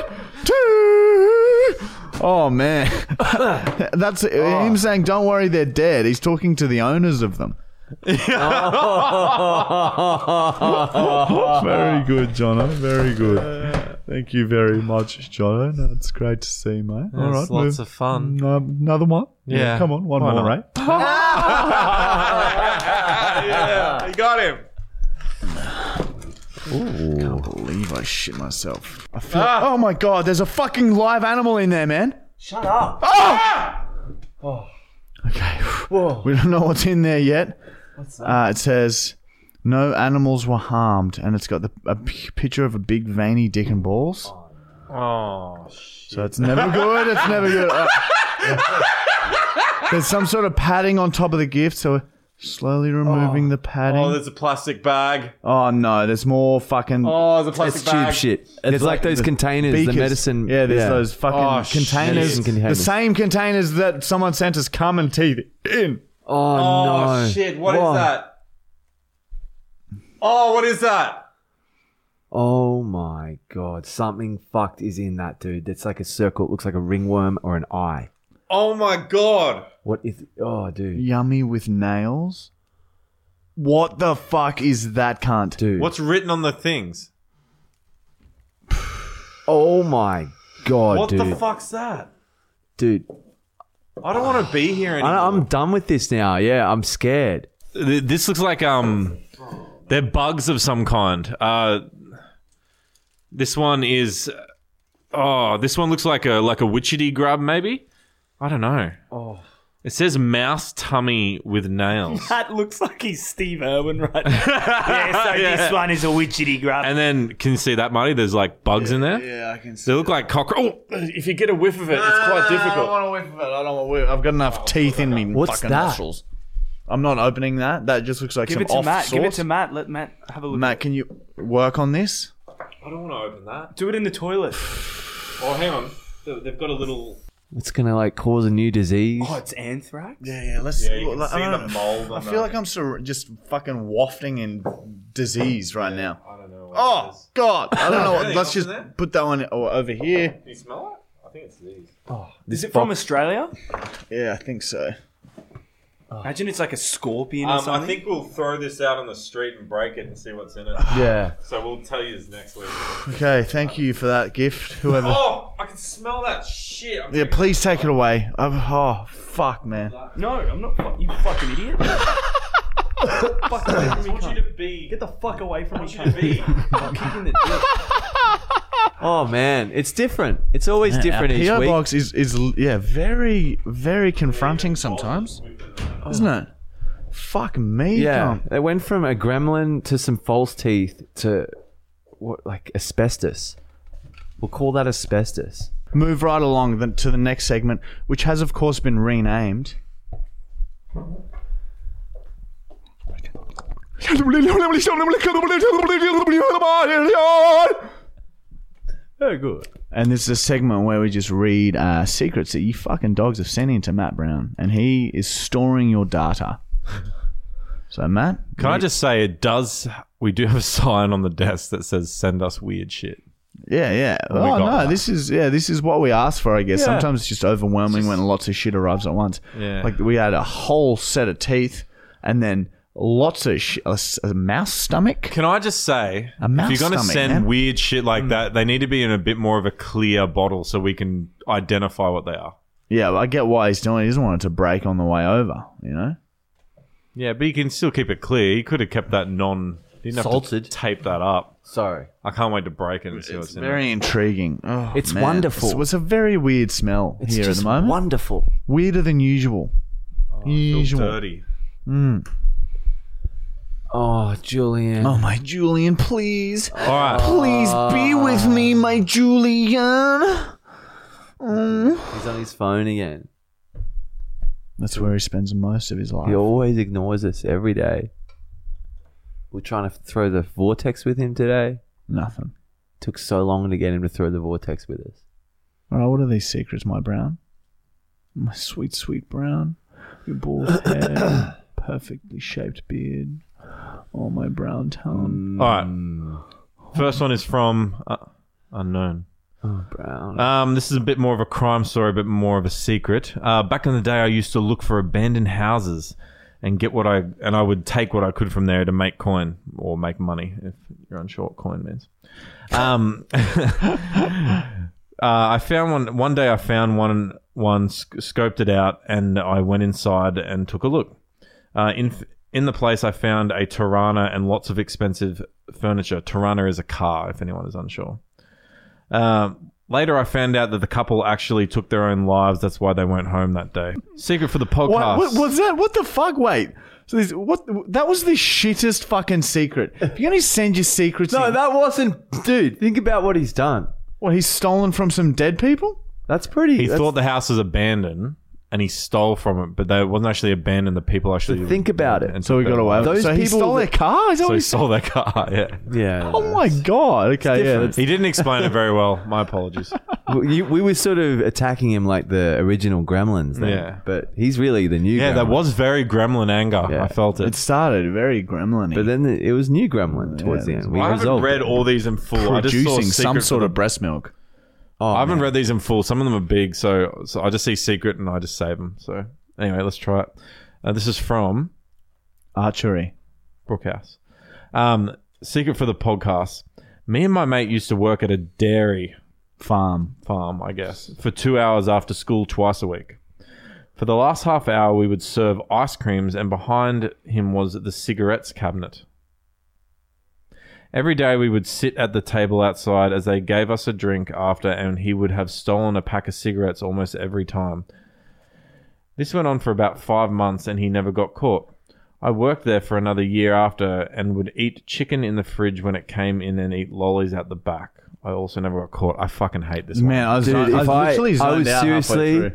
Speaker 1: tch. Oh man, that's him saying, "Don't worry, they're dead." He's talking to the owners of them. very good, Jono. Very good. Thank you very much, Jono. That's great to see, mate. All
Speaker 3: It's
Speaker 1: right,
Speaker 3: lots
Speaker 1: move-
Speaker 3: of fun.
Speaker 1: no, another one?
Speaker 3: Yeah.
Speaker 1: Come on, one
Speaker 3: Why
Speaker 1: more,
Speaker 3: not?
Speaker 1: right?
Speaker 3: yeah, you got him.
Speaker 1: can't believe I shit myself. I feel. Oh my god, there's a fucking live animal in there, man. Ah! Oh.
Speaker 2: Shut up.
Speaker 1: Okay. We don't know what's in there yet. What's that? Uh, it says no animals were harmed, and it's got the, a p- picture of a big veiny dick and balls.
Speaker 3: Oh,
Speaker 1: So it's never good. It's never good. Uh, there's some sort of padding on top of the gift, so we're slowly removing the padding.
Speaker 3: oh,
Speaker 1: Oh,
Speaker 3: there's a plastic bag.
Speaker 1: no, there's more fucking.
Speaker 3: Oh, there's a plastic
Speaker 2: It's
Speaker 3: bag.
Speaker 2: tube shit. It's, like,
Speaker 1: like
Speaker 2: those
Speaker 1: the
Speaker 2: containers,
Speaker 1: beakers.
Speaker 2: the medicine.
Speaker 1: Yeah, there's those fucking
Speaker 3: Oh, shit.
Speaker 1: containers,
Speaker 2: Medicine containers.
Speaker 1: The same containers that someone sent us cum and teeth in.
Speaker 2: Oh,
Speaker 3: Oh
Speaker 2: no.
Speaker 3: shit! What is
Speaker 2: Whoa.
Speaker 3: that? Oh, what is that?
Speaker 2: Oh my god! Something fucked is in that dude. That's like a circle. It looks like a ringworm or an eye.
Speaker 3: Oh my god!
Speaker 2: What is? Oh, dude,
Speaker 1: Yummy with nails. What the fuck is that cunt?
Speaker 2: dude.
Speaker 3: What's written on the things?
Speaker 2: Oh my god,
Speaker 3: What
Speaker 2: dude,
Speaker 3: the fuck's that?
Speaker 2: dude.
Speaker 3: I don't want to be here anymore.
Speaker 2: I, I'm done with this now. Yeah, I'm scared.
Speaker 3: Th- this looks like um they're bugs of some kind uh this one is oh this one looks like a like a witchetty grub maybe i don't know oh it says mouse tummy with nails
Speaker 1: [LAUGHS]
Speaker 4: That looks like he's Steve Irwin right [LAUGHS] now. yeah, so this one is a widgety grab.
Speaker 3: and then can you see that marty there's like bugs in there
Speaker 1: Yeah, I can see. Ah,
Speaker 3: they look like cockroach oh if you get a whiff of it it's quite difficult
Speaker 1: want to whiff of it. I don't want to whiff. I've got enough teeth in me
Speaker 2: What's
Speaker 1: fucking
Speaker 2: that?
Speaker 1: nostrils. I'm not opening that. That just looks like
Speaker 4: Give
Speaker 1: some
Speaker 4: it to
Speaker 1: off
Speaker 4: Matt. Give it
Speaker 1: sauce.
Speaker 4: to Matt. Let Matt have a look.
Speaker 1: Matt, can you work on this?
Speaker 3: i don't want to open that
Speaker 4: Do it in the toilet.
Speaker 3: oh hang on they've got a little
Speaker 2: It's gonna like cause a new disease.
Speaker 4: [SIGHS] Oh, it's anthrax?
Speaker 1: Yeah, yeah. Let's.
Speaker 3: you can see the mold
Speaker 1: I
Speaker 3: on
Speaker 1: feel
Speaker 3: the-
Speaker 1: like I'm sur- just fucking wafting in disease right now.
Speaker 3: i don't know
Speaker 1: Oh God! I
Speaker 3: [LAUGHS]
Speaker 1: don't know. What,
Speaker 3: Anything
Speaker 1: let's
Speaker 3: else
Speaker 1: just
Speaker 3: in there?
Speaker 1: put that one o- over here.
Speaker 3: you smell it i think it's these
Speaker 4: Is it from Australia?
Speaker 1: Yeah, I think so.
Speaker 4: Imagine it's like a scorpion or
Speaker 3: um,
Speaker 4: something.
Speaker 3: I think we'll throw this out on the street and break it and see
Speaker 2: [SIGHS]
Speaker 3: what's in it.
Speaker 2: Yeah.
Speaker 3: So we'll tell you
Speaker 2: [SIGHS]
Speaker 3: next week.
Speaker 1: Okay, thank you for that gift, whoever.
Speaker 3: Oh, I can smell that shit. I'm
Speaker 1: Yeah, please take it away. i oh fuck, man.
Speaker 4: No, I'm not. fu- You fucking idiot.
Speaker 5: fuck away from me. cunt.
Speaker 6: to be.
Speaker 5: Get the fuck away from me.
Speaker 6: I want you to be.
Speaker 5: I'm kicking the dick.
Speaker 2: Oh man, it's different. It's always different each
Speaker 1: PO
Speaker 2: week.
Speaker 1: box is is yeah very very confronting sometimes, isn't it? Fuck me.
Speaker 2: Yeah,
Speaker 1: cunt.
Speaker 2: it went from a gremlin to some false teeth to what like asbestos. We'll call that asbestos.
Speaker 1: Move right along then to the next segment, which has of course been renamed.
Speaker 2: Very good.
Speaker 1: And this is a segment where we just read uh, secrets that you fucking dogs have sent in to Matt Brown, and he is storing your data. So Matt,
Speaker 3: Can I just say it does? We do have a sign on the desk that says "Send us weird shit."
Speaker 1: yeah, yeah.
Speaker 3: we
Speaker 1: Oh
Speaker 3: got
Speaker 1: no,
Speaker 3: that.
Speaker 1: this is yeah, this is what we asked for, I guess. Sometimes it's just overwhelming when lots of shit arrives at once.
Speaker 3: Yeah.
Speaker 1: Like we had a whole set of teeth, and then lots of sh- a, s- a mouse stomach.
Speaker 3: Can I just say,
Speaker 1: A mouse
Speaker 3: if you're gonna
Speaker 1: stomach,
Speaker 3: send
Speaker 1: man.
Speaker 3: weird shit like that, they need to be in a bit more of a clear bottle so we can identify what they are.
Speaker 1: Yeah, I get why he's doing. it. He doesn't want it to break on the way over. You know.
Speaker 3: Yeah, but you can still keep it clear. You could have kept that non. You didn't
Speaker 2: Salted.
Speaker 3: Have to tape that up.
Speaker 2: Sorry.
Speaker 3: I can't wait to break it and see what's
Speaker 1: It's
Speaker 3: in it.
Speaker 1: very intriguing. Oh,
Speaker 2: It's
Speaker 1: man.
Speaker 2: wonderful.
Speaker 1: It's, it's a very weird smell
Speaker 2: It's
Speaker 1: here at
Speaker 2: just
Speaker 1: the moment.
Speaker 2: wonderful.
Speaker 1: Weirder than usual. Oh,
Speaker 3: Feel
Speaker 1: usual.
Speaker 3: dirty.
Speaker 2: Oh, Julian.
Speaker 1: Oh my Julian, please,
Speaker 3: All right.
Speaker 1: please be with me, my Julian.
Speaker 2: He's on his phone again.
Speaker 1: That's where he spends most of his life.
Speaker 2: He always ignores us every day. We're trying to throw the vortex with him today.
Speaker 1: Nothing.
Speaker 2: Took so long to get him to throw the vortex with us.
Speaker 1: All right, what are these secrets, my brown? My sweet, sweet brown. Your
Speaker 2: [COUGHS]
Speaker 1: bald head, perfectly shaped beard. Oh, my brown
Speaker 2: Mm,
Speaker 1: town.
Speaker 3: All right. First one is from uh, unknown.
Speaker 2: Oh, Brown.
Speaker 3: Um, this is a bit more of a crime story, a bit more of a secret. Uh, back in the day, I used to look for abandoned houses and get what I and I would take what I could from there to make coin or make money. If you're unsure what coin means, um, [LAUGHS] uh, I found one one day. I found one one sc- scoped it out, and I went inside and took a look. Uh, in in the place, I found a Tirana and lots of expensive furniture. Tirana is a car, if anyone is unsure. Um, later, I found out that the couple actually took their own lives. That's why they weren't home that day. Secret for the podcast.
Speaker 1: What, what was that? What the fuck? Wait. So this, what? That was the shittest fucking
Speaker 2: [LAUGHS]
Speaker 1: secret. If you're gonna send your secrets,
Speaker 2: no,
Speaker 1: in-
Speaker 2: that wasn't. Dude, think about what he's done.
Speaker 1: what he's stolen from some dead people.
Speaker 2: That's pretty.
Speaker 3: he
Speaker 2: that's-
Speaker 3: thought the house was abandoned. And he stole from it, but they wasn't actually abandoned. The people actually
Speaker 2: think about it.
Speaker 3: And
Speaker 1: So we got away. with it.
Speaker 2: Those
Speaker 1: so he
Speaker 2: people
Speaker 1: stole their
Speaker 2: that-
Speaker 1: car. Is that
Speaker 3: So
Speaker 1: what
Speaker 3: he
Speaker 1: he
Speaker 3: stole their car. [LAUGHS] Yeah.
Speaker 2: Yeah.
Speaker 1: Oh my god. Okay, yeah.
Speaker 2: different.
Speaker 1: that's-
Speaker 3: He didn't explain it very well.
Speaker 1: [LAUGHS]
Speaker 3: My apologies.
Speaker 2: [LAUGHS] We, you- we were sort of attacking him like the original Gremlins. Then,
Speaker 3: Yeah.
Speaker 2: But he's really the new.
Speaker 3: Yeah, that
Speaker 2: Gremlin.
Speaker 3: was very gremlin anger.
Speaker 2: Yeah.
Speaker 3: I felt it.
Speaker 1: It started very
Speaker 2: But
Speaker 1: gremlin.
Speaker 2: then the, it was new Gremlin towards
Speaker 1: Yeah,
Speaker 2: the end. We
Speaker 3: I haven't
Speaker 2: resolved
Speaker 3: read
Speaker 2: it.
Speaker 3: all these in full. I just saw
Speaker 1: Producing some
Speaker 3: secret
Speaker 1: sort
Speaker 3: for
Speaker 1: of breast milk.
Speaker 2: Oh,
Speaker 3: The, I haven't
Speaker 2: man.
Speaker 3: read these in full. Some of them are big, so so I just see secret and I just save them. So anyway, let's try it. Uh, this is from
Speaker 1: Archery.
Speaker 3: Brookhouse. Um, secret for the podcast. Me and my mate used to work at a dairy
Speaker 1: Farm.
Speaker 3: farm, I guess, for two hours after school twice a week. For the last half hour, we would serve ice creams, and behind him was the cigarettes cabinet. Every day, we would sit at the table outside as they gave us a drink after, and he would have stolen a pack of cigarettes almost every time. This went on for about five months, and he never got caught. I worked there for another year after and would eat chicken in the fridge when it came in and eat lollies out the back. I also never got caught. I fucking hate this one.
Speaker 1: Man, I was,
Speaker 2: Dude,
Speaker 1: I,
Speaker 2: if
Speaker 1: I
Speaker 2: I-
Speaker 1: literally
Speaker 2: I
Speaker 1: zoned
Speaker 2: was
Speaker 1: out halfway
Speaker 2: seriously-
Speaker 1: through.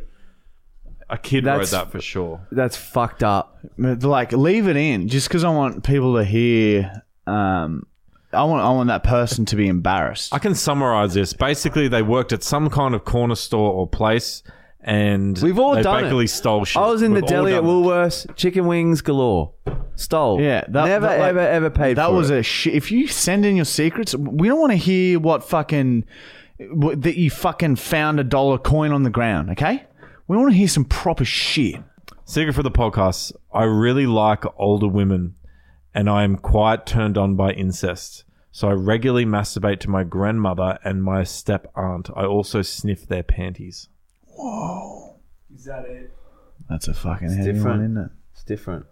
Speaker 3: A kid
Speaker 2: That's-
Speaker 3: wrote that for sure.
Speaker 2: That's fucked up.
Speaker 1: But, like leave it in just because I want people to hear. Um, I want I want that person to be embarrassed.
Speaker 3: I can summarize this. Basically, they worked at some kind of corner store or place, and
Speaker 2: We've all
Speaker 3: they
Speaker 2: done it.
Speaker 3: basically stole shit.
Speaker 2: I was in
Speaker 3: We've
Speaker 2: the
Speaker 3: all
Speaker 2: deli at
Speaker 3: done it.
Speaker 2: Woolworths, chicken wings galore. Stole.
Speaker 1: Yeah, that-
Speaker 2: never
Speaker 1: that, like-
Speaker 2: ever ever paid.
Speaker 1: that
Speaker 2: for
Speaker 1: was
Speaker 2: it.
Speaker 1: a shit. If you send in your secrets, we don't want to hear what fucking what, that you fucking found a dollar coin on the ground. Okay, we want to hear some proper shit.
Speaker 3: Secret for the podcast. I really like older women, and I am quite turned on by incest. So I regularly masturbate to my grandmother and my step aunt. I also sniff their panties.
Speaker 4: Is that it?
Speaker 1: That's a fucking heavy
Speaker 2: different.
Speaker 1: one, isn't it?
Speaker 2: It's different.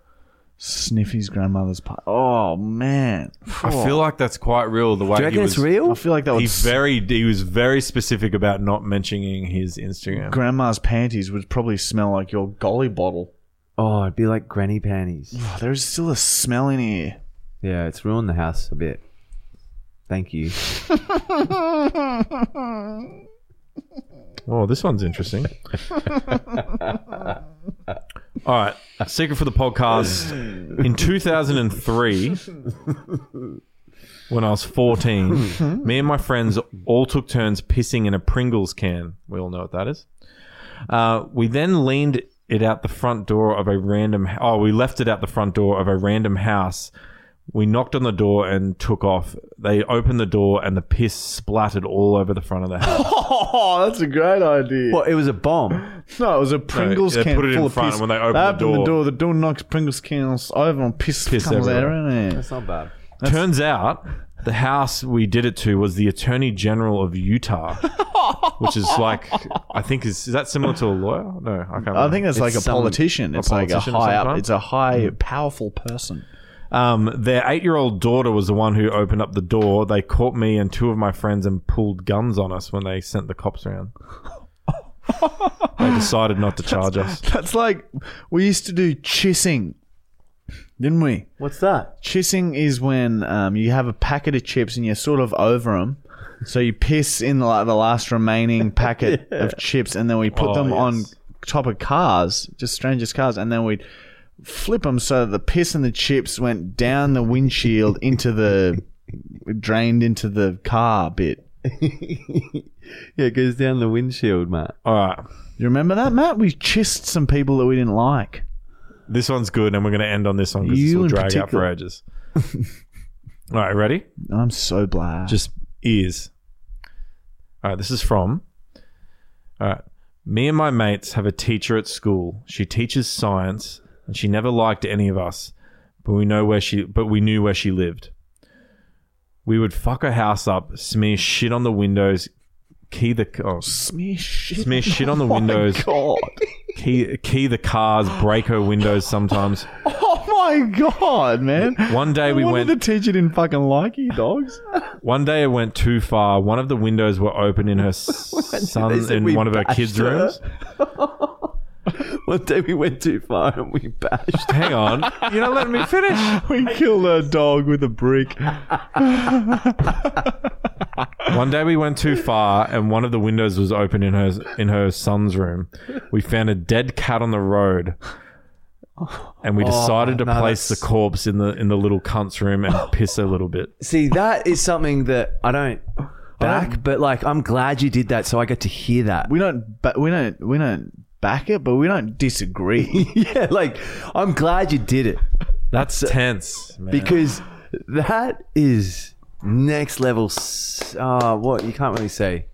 Speaker 1: Sniff his grandmother's pie. Oh man,
Speaker 3: I feel like that's quite real. The way
Speaker 2: Do you
Speaker 3: he
Speaker 2: reckon
Speaker 3: was,
Speaker 2: it's real?
Speaker 1: I feel like that
Speaker 3: He
Speaker 1: was
Speaker 3: very he was very specific about not mentioning his Instagram.
Speaker 1: grandma's panties would probably smell like your golly bottle.
Speaker 2: Oh, it'd be like granny panties.
Speaker 1: Oh, there's still a smell in here.
Speaker 2: Yeah, it's ruined the house a bit. Thank [LAUGHS] you.
Speaker 3: Oh, this one's interesting. All right, secret for the podcast. In 2003, when I was 14, me and my friends all took turns pissing in a Pringles can. We all know what that is. Uh, we then leaned it out the front door of a random. Oh, we left it out the front door of a random house. We knocked on the door and took off. They opened the door and the piss splattered all over the front of the house.
Speaker 1: Oh, that's a great idea.
Speaker 2: Well, it was a bomb.
Speaker 1: No, it was a Pringles
Speaker 3: they
Speaker 1: can
Speaker 3: put it in
Speaker 1: full of
Speaker 3: front
Speaker 1: piss.
Speaker 3: when they open
Speaker 1: They
Speaker 3: the
Speaker 1: open
Speaker 3: door.
Speaker 1: The door knocks Pringles cans over and piss,
Speaker 3: Piss
Speaker 1: comes
Speaker 3: everywhere.
Speaker 1: out, isn't it?
Speaker 2: It's not bad.
Speaker 3: Turns out the house we did it to was the Attorney General of Utah, which is like, I think, is, is that similar to a lawyer? No, I can't remember.
Speaker 1: I think it's, like a
Speaker 2: some-
Speaker 1: politician. Hmm.
Speaker 3: a
Speaker 1: It's
Speaker 3: politician of
Speaker 1: like a high
Speaker 3: some
Speaker 1: up.
Speaker 3: kind?
Speaker 1: It's a high, powerful person.
Speaker 3: um, their eight year old daughter was the one who opened up the door. They caught me and two of my friends and pulled guns on us when they sent the cops around. they decided not to charge us.
Speaker 1: That's like we used to do chissing, didn't we?
Speaker 2: What's that?
Speaker 1: Chissing is when um, you have a packet of chips and you're sort of over them. So you piss in the, like, the last
Speaker 3: [LAUGHS]
Speaker 1: remaining packet of chips, and then we put
Speaker 3: Oh,
Speaker 1: them on
Speaker 3: yes.
Speaker 1: top of cars, just strangers' cars, and then we'd flip them so that the piss and the chips went down the windshield into the drained into the car bit.
Speaker 2: Yeah, it goes down the windshield, Matt.
Speaker 3: All right.
Speaker 1: You remember that, Matt? We chissed some people that we didn't like.
Speaker 3: This one's good, and we're going to end on this one because this
Speaker 1: You
Speaker 3: will
Speaker 1: in
Speaker 3: drag out for
Speaker 1: particular.
Speaker 3: ages. [LAUGHS] All right, ready?
Speaker 1: I'm so glad.
Speaker 3: just ears. All right, this is from. All right. Me and my mates have a teacher at school. She teaches science and she never liked any of us, but we know where she but we knew where she lived. We would fuck her house up, smear shit on the windows, key the oh,
Speaker 1: smear shit. Oh
Speaker 3: smear shit on the windows,
Speaker 1: God.
Speaker 3: key key the cars, break her windows sometimes.
Speaker 1: [LAUGHS] Oh my god,
Speaker 3: [LAUGHS]
Speaker 1: man.
Speaker 3: One day we
Speaker 1: Wonder
Speaker 3: went
Speaker 1: the teacher didn't fucking like you, dogs.
Speaker 3: One day it went too far. One of the windows were open in her s- son
Speaker 2: said
Speaker 3: in
Speaker 2: we
Speaker 3: one of her
Speaker 2: bashed
Speaker 3: kids'
Speaker 2: her.
Speaker 3: rooms.
Speaker 2: [LAUGHS] One day we went too far and we bashed.
Speaker 3: Hang on, you're not letting me finish.
Speaker 1: we killed a dog with a brick.
Speaker 3: One day we went too far, and one of the windows was open in her in her son's room. We found a dead cat on the road, and we decided to
Speaker 2: no,
Speaker 3: place the
Speaker 2: that's-
Speaker 3: corpse in the in the little cunt's room and piss her a little bit.
Speaker 2: See, that is something that I don't back, but like, I'm glad you did that, so I get to hear that.
Speaker 1: We don't ba- we don't we don't back it, but we don't disagree.
Speaker 2: [LAUGHS] [LAUGHS] yeah, like, I'm glad you did it
Speaker 3: That's tense, man.
Speaker 2: because that is next level. S- uh, what you can't really say.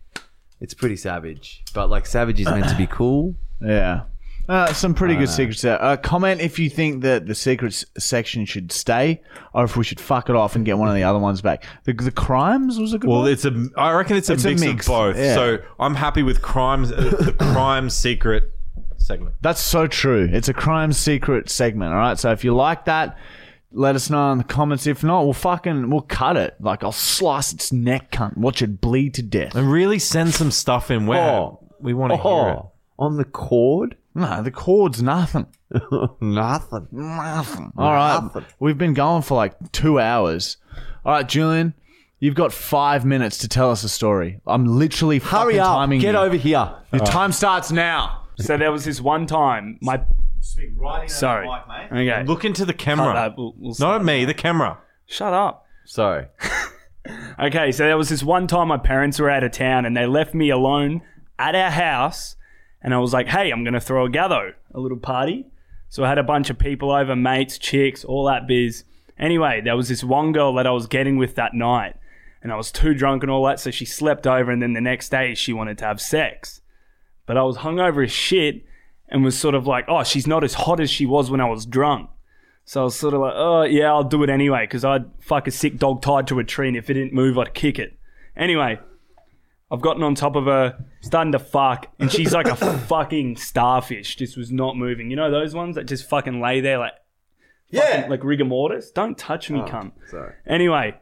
Speaker 2: It's pretty savage, but like, savage is meant to
Speaker 4: [COUGHS]
Speaker 2: be cool.
Speaker 1: yeah. Uh, some pretty good secrets there. Uh, comment if you think that the secrets section should stay, or if we should fuck it off and get one of the other ones back. The, the crimes was a good
Speaker 3: Well,
Speaker 1: one.
Speaker 3: it's a. I reckon it's a
Speaker 1: It's a
Speaker 3: mix,
Speaker 1: mix,
Speaker 3: of both.
Speaker 1: yeah.
Speaker 3: So I'm happy with crimes, uh, the crime secret segment.
Speaker 1: That's so true. It's a crime secret segment. All right. So if you like that, let us know in the comments. If not, we'll fucking we'll cut it. Like I'll slice its neck, cunt. Watch it bleed to death.
Speaker 3: And really send some stuff in where
Speaker 2: Oh.
Speaker 3: we want to hear it.
Speaker 2: Oh, on the
Speaker 4: [LAUGHS]
Speaker 2: cord,
Speaker 1: No, the cord's nothing.
Speaker 2: nothing.
Speaker 1: Nothing. All right. We've been going for like two hours. All right, Julian. You've got five minutes to tell us a story. I'm literally
Speaker 2: Hurry
Speaker 1: fucking
Speaker 2: up!
Speaker 1: timing
Speaker 2: Get
Speaker 1: you.
Speaker 2: over here.
Speaker 1: Your time starts now.
Speaker 4: So there was this one time my sorry. Okay.
Speaker 3: Look into the
Speaker 4: Cut
Speaker 3: camera.
Speaker 4: that. We'll- we'll
Speaker 3: Not
Speaker 4: stop.
Speaker 3: at me, the camera.
Speaker 4: Shut up.
Speaker 2: Sorry.
Speaker 4: Okay, so there was this one time my parents were out of town and they left me alone at our house. And I was like, hey, I'm going to throw a gather, a little party. So I had a bunch of people over, mates, chicks, all that biz. Anyway, there was this one girl that I was getting with that night. And I was too drunk and all that. So she slept over. And then the next day, she wanted to have sex. But I was hungover as shit and was sort of like, oh, she's not as hot as she was when I was drunk. So I was sort of like, oh, yeah, I'll do it anyway, because I'd fuck a sick dog tied to a tree, and if it didn't move, I'd kick it. Anyway, I've gotten on top of her, starting to fuck, and she's like a fucking starfish, just was not moving. You know those ones that just fucking lay there like
Speaker 3: Yeah.
Speaker 4: like rigor mortis. Don't touch me, cum.
Speaker 2: sorry.
Speaker 4: Anyway,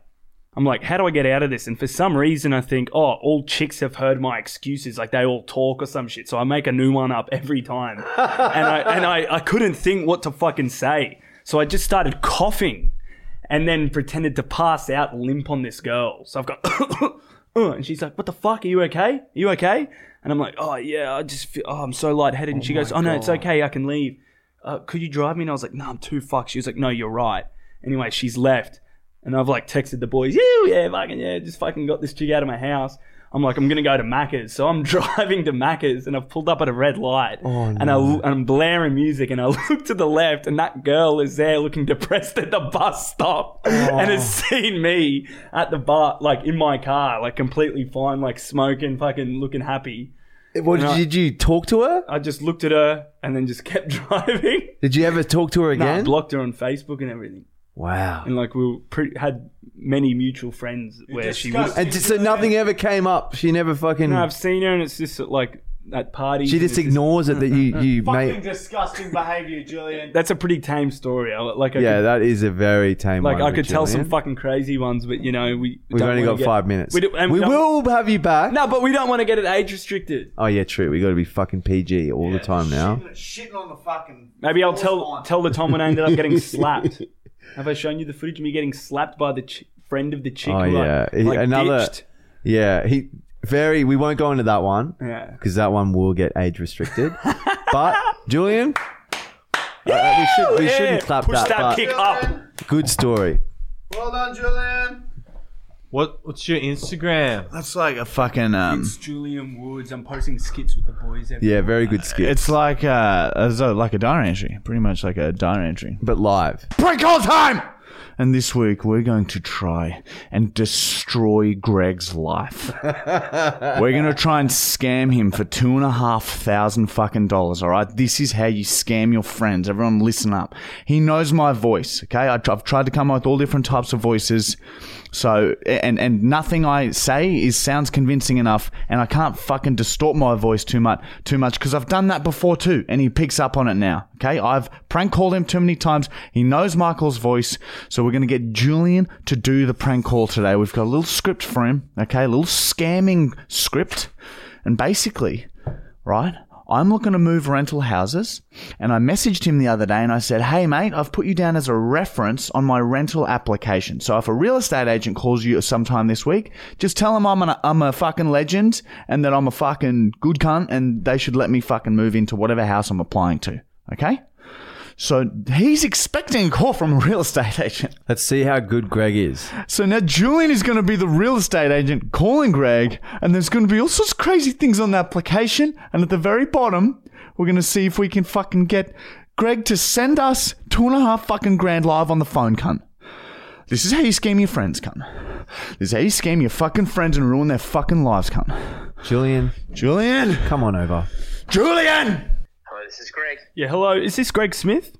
Speaker 4: I'm like, how do I get out of this? And for some reason, I think, oh, all chicks have heard my excuses, like they all talk or some shit. So I make a new one up every time, and I and I, I couldn't think what to fucking say, so I just started coughing, and then pretended to pass out, limp on this girl. So I've got, [COUGHS] "Uh," and she's like, "What the fuck? Are you okay? Are you okay?" And I'm like, "Oh yeah, I just feel, oh, I'm so lightheaded." And she goes, "Oh no, it's okay. I can leave. Uh, could you drive me?" And I was like, "No, I'm too fucked." She was like, "No, you're right." Anyway, she's left. And I've like texted the boys, yeah, yeah, fucking, yeah, just fucking got this chick out of my house. I'm like, I'm gonna go to Macca's, so I'm [LAUGHS] driving to Macca's, and I've pulled up at a red light, and I and I'm blaring music, and I [LAUGHS] look to the left, and that girl is there looking depressed at the bus stop, and has seen me at the bar, like in my car, like completely fine, like smoking, fucking looking happy.
Speaker 2: What
Speaker 4: No.
Speaker 2: did you talk to her?
Speaker 4: I just looked at her and then just [LAUGHS] kept driving.
Speaker 2: Did you ever talk to her
Speaker 4: Nah, I
Speaker 2: again?
Speaker 4: blocked her on Facebook and everything,
Speaker 2: wow.
Speaker 4: and like we were pretty, had many mutual friends where she was.
Speaker 2: And just, so nothing ever came up. She never fucking.
Speaker 4: No, I've seen her, and it's just at, like at parties.
Speaker 2: she
Speaker 4: and
Speaker 2: just
Speaker 4: it's
Speaker 2: ignores it that
Speaker 4: [LAUGHS]
Speaker 2: you you
Speaker 5: Fucking
Speaker 2: mate. [LAUGHS]
Speaker 5: disgusting behaviour, Julian.
Speaker 4: That's a pretty tame story. I- Like, I
Speaker 2: Yeah,
Speaker 4: could,
Speaker 2: that is a very tame.
Speaker 4: like
Speaker 2: one
Speaker 4: I
Speaker 2: with
Speaker 4: could tell some
Speaker 2: Julian.
Speaker 4: fucking crazy ones, but you know we.
Speaker 2: We've
Speaker 4: don't
Speaker 2: only
Speaker 4: wanna
Speaker 2: got
Speaker 4: get-
Speaker 2: five minutes.
Speaker 4: We,
Speaker 2: We,
Speaker 4: do, and we will.
Speaker 2: will have you back.
Speaker 4: No, but we don't want to get it age restricted.
Speaker 2: Oh yeah, true. We got to be fucking PG all the time now.
Speaker 5: Shitting, shitting on the fucking.
Speaker 4: Maybe I'll
Speaker 5: floor's
Speaker 4: tell
Speaker 5: fine.
Speaker 4: tell the time when I ended up
Speaker 2: [LAUGHS]
Speaker 4: getting slapped. Have I shown you the footage of me getting slapped by the ch- friend of the chick?
Speaker 2: Oh,
Speaker 4: who I-
Speaker 2: yeah. He-
Speaker 4: like,
Speaker 2: another-
Speaker 4: ditched?
Speaker 2: Yeah, he very. We won't go into that one
Speaker 4: Yeah.
Speaker 2: because that one will get age restricted. but Julian, uh, we, should, we
Speaker 4: Yeah,
Speaker 2: shouldn't clap
Speaker 4: Push that,
Speaker 2: but
Speaker 4: kick up.
Speaker 5: Julian,
Speaker 2: Good story.
Speaker 5: Well done, Julian.
Speaker 3: What What's your Instagram?
Speaker 1: That's like a fucking. Um,
Speaker 4: It's Julian Woods. I'm posting skits with the boys. Every
Speaker 2: Yeah, very good skit.
Speaker 1: it's like uh, as though- like a diary entry, pretty much like a diary entry.
Speaker 2: but live.
Speaker 1: Break all time. And this week we're going to try and destroy Greg's [LAUGHS] life. we're gonna try and scam him for two and a half thousand fucking dollars. All right, this is how you scam your friends. Everyone, listen up. He knows my voice. Okay, I, I've tried to come up with all different types of voices. So and and nothing I say is sounds convincing enough, and I can't fucking distort my voice too much too much because I've done that before too, and he picks up on it now. Okay, I've prank called him too many times. He knows Michael's voice, so we're gonna get Julian to do the prank call today. We've got a little script for him. Okay, a little scamming script, and basically, right. I'm looking to move rental houses, and I messaged him the other day and I said, Hey, mate, I've put you down as a reference on my rental application. So if a real estate agent calls you sometime this week, just tell them I'm, an, I'm a fucking legend and that I'm a fucking good cunt and they should let me fucking move into whatever house I'm applying to. Okay? So he's expecting a call from a real [LAUGHS] estate agent.
Speaker 2: Let's see how good Greg is.
Speaker 1: So now Julian is going to be the real estate agent calling Greg, and there's going to be all sorts of crazy things on the application. And at the very bottom, we're going to see if we can fucking get Greg to send us two and a half fucking grand live on the phone, cunt. This is how you scam your friends, cunt. This is how you scam your fucking friends and ruin their fucking lives, cunt. [LAUGHS]
Speaker 2: Julian,
Speaker 1: Julian!
Speaker 2: come on over.
Speaker 1: Julian!
Speaker 6: Hello, this is Greg.
Speaker 4: Yeah. Hello. Is this Greg Smith?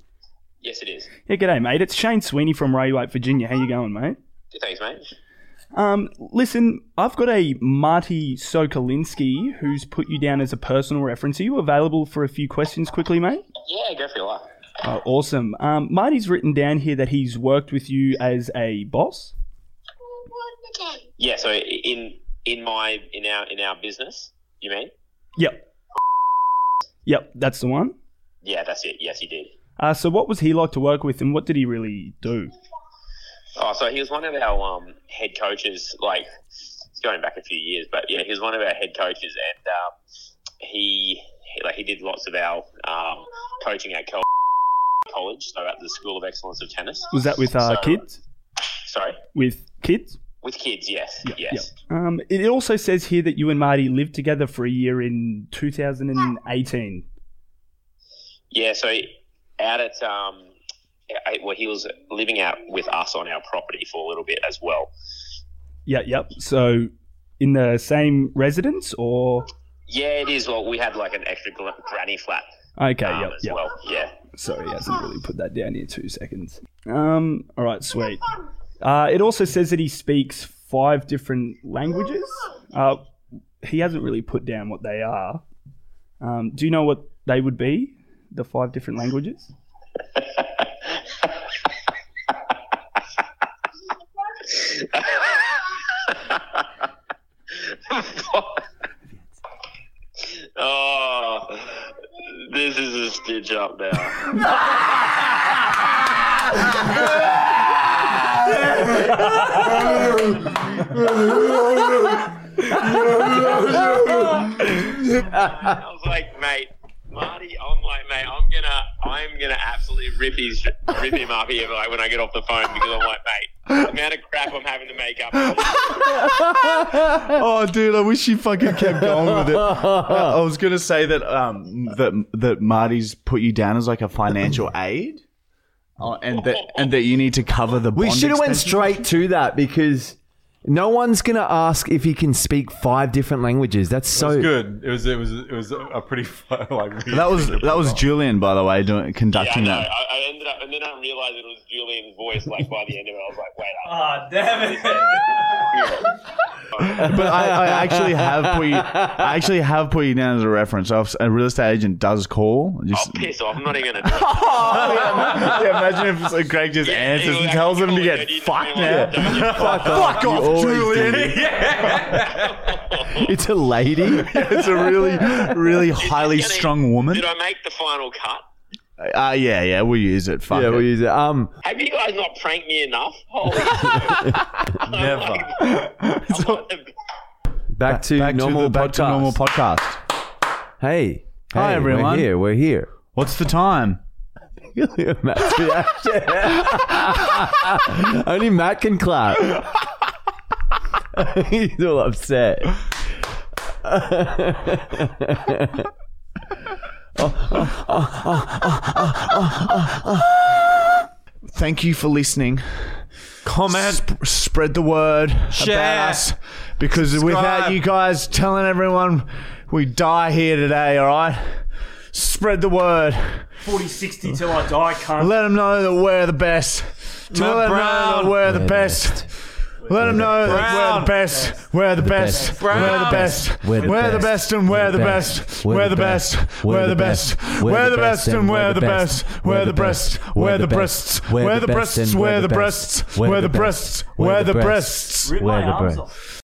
Speaker 6: Yes, it is.
Speaker 4: Yeah. G'day, mate. It's Shane Sweeney from Railway, Virginia. How you going, mate?
Speaker 6: Thanks, mate.
Speaker 4: Um, listen, I've got a Marty Sokolinski who's put you down as a personal reference. Are you available for a few questions quickly, mate?
Speaker 6: Yeah, go for your life.
Speaker 4: Oh, awesome. Um, Marty's written down here that he's worked with you as a boss.
Speaker 6: Yeah, so in in my in our in our business, you mean?
Speaker 4: Yep. Yep, that's the one.
Speaker 6: Yeah, that's it. Yes, he did.
Speaker 4: Uh, so, what was he like to work with, and what did he really do?
Speaker 6: Oh, so he was one of our um, head coaches. Like it's going back a few years, but yeah, he was one of our head coaches, and um, he, he like he did lots of our um, coaching at Cal- college, so at the School of Excellence of Tennis.
Speaker 4: Was that with uh,
Speaker 6: So-
Speaker 4: kids?
Speaker 6: Sorry,
Speaker 4: With kids?
Speaker 6: with kids. Yes, yes.
Speaker 4: Um, it also says here that you and Marty lived together for a year in 2018.
Speaker 6: Yeah, so out at um, I, well, he was living out with us on our property for a little bit as well.
Speaker 4: Yeah, yep. So in the same residence or
Speaker 6: Yeah, it is. Well, we had like an extra gl- granny flat
Speaker 4: okay,
Speaker 6: um,
Speaker 4: yep,
Speaker 6: as
Speaker 4: yep.
Speaker 6: well. Yeah, [LAUGHS]
Speaker 4: Sorry, he hasn't really put that down here. Two seconds. Um. All right, sweet. Uh, it also says that he speaks five different languages. Uh, he hasn't really put down what they are. Um, do you know what they would be? The five different languages.
Speaker 6: Oh, up there. I was like, mate, Marty, I'm like, mate, I'm gonna, I'm gonna absolutely rip his, rip him up here, like when I get off the phone, because I'm like, mate, the amount of crap I'm having to make
Speaker 1: [LAUGHS]
Speaker 6: up.
Speaker 1: Oh, dude, I wish you fucking kept going
Speaker 2: [LAUGHS]
Speaker 1: with it. I I was gonna say that um that that Marty's put you down as like a
Speaker 2: [CLEARS THROAT]
Speaker 1: financial aid, oh, and that and that you need to cover the.
Speaker 2: We
Speaker 1: bond
Speaker 2: should have went
Speaker 1: expenses.
Speaker 2: straight to that because no one's gonna ask if he can speak five different languages. That's
Speaker 3: It was
Speaker 2: so
Speaker 3: good. It was it was it was a pretty [LAUGHS] fun, like weird
Speaker 1: That was
Speaker 3: thing to
Speaker 1: that was
Speaker 3: put on.
Speaker 1: Julian, by the way, doing
Speaker 6: Yeah, I
Speaker 1: conducting
Speaker 6: know.
Speaker 1: that.
Speaker 6: I, I ended up, and then I realized it was Julian's voice. Like by the end of it, I was like, wait, I,
Speaker 4: Ah, damn it.
Speaker 1: But I, I actually have
Speaker 2: [LAUGHS]
Speaker 1: put you, I actually have put you down as a reference. So if a real estate agent does call,
Speaker 6: I'll
Speaker 1: just
Speaker 6: Oh, piss off. I'm not even gonna. Do it.
Speaker 1: [LAUGHS] yeah, imagine if like, Greg just answers and tells him to get fucked now.
Speaker 6: now.
Speaker 1: Fuck off, Julian. [LAUGHS]
Speaker 2: it's a lady.
Speaker 1: It's a really, really highly strong woman.
Speaker 6: Did I make the final cut?
Speaker 1: Uh, yeah, yeah, we'll use it. Fuck
Speaker 2: yeah,
Speaker 1: it.
Speaker 2: we use it. Um,
Speaker 6: Have you guys not pranked me enough?
Speaker 1: [LAUGHS]
Speaker 6: Holy shit. I'm like- I'm like the-
Speaker 2: back to
Speaker 1: back
Speaker 2: normal
Speaker 1: to the back to
Speaker 2: podcast.
Speaker 1: normal podcast.
Speaker 2: hey,
Speaker 1: Hi,
Speaker 2: hey,
Speaker 1: everyone.
Speaker 2: We're here.
Speaker 1: [LAUGHS]
Speaker 2: We're here.
Speaker 1: What's the time?
Speaker 2: Matt's reaction. [LAUGHS] Only Matt can clap. [LAUGHS] He's all upset.
Speaker 1: Thank you for listening.
Speaker 3: Comment.
Speaker 1: Sp- spread the word
Speaker 3: Share.
Speaker 1: about us because without you guys telling everyone, we die here today. All right. Spread the word.
Speaker 4: 40 60 till I die, cunt.
Speaker 1: Let them know that we're the best. Tell
Speaker 3: Matt
Speaker 1: them know that
Speaker 3: Brown.
Speaker 1: we're the best. Let them know that we're
Speaker 3: Brown.
Speaker 1: the best. We're the best. We're the
Speaker 3: Brown.
Speaker 1: best. We're the best and we're the best. We're the best. We're the best. We're the best and we're the best. We're the breasts. We're the breasts. We're the breasts. We're the breasts. We're the breasts. We're the breasts.
Speaker 4: Rip
Speaker 2: Where
Speaker 4: my
Speaker 2: the
Speaker 4: arms
Speaker 2: breath?
Speaker 4: off.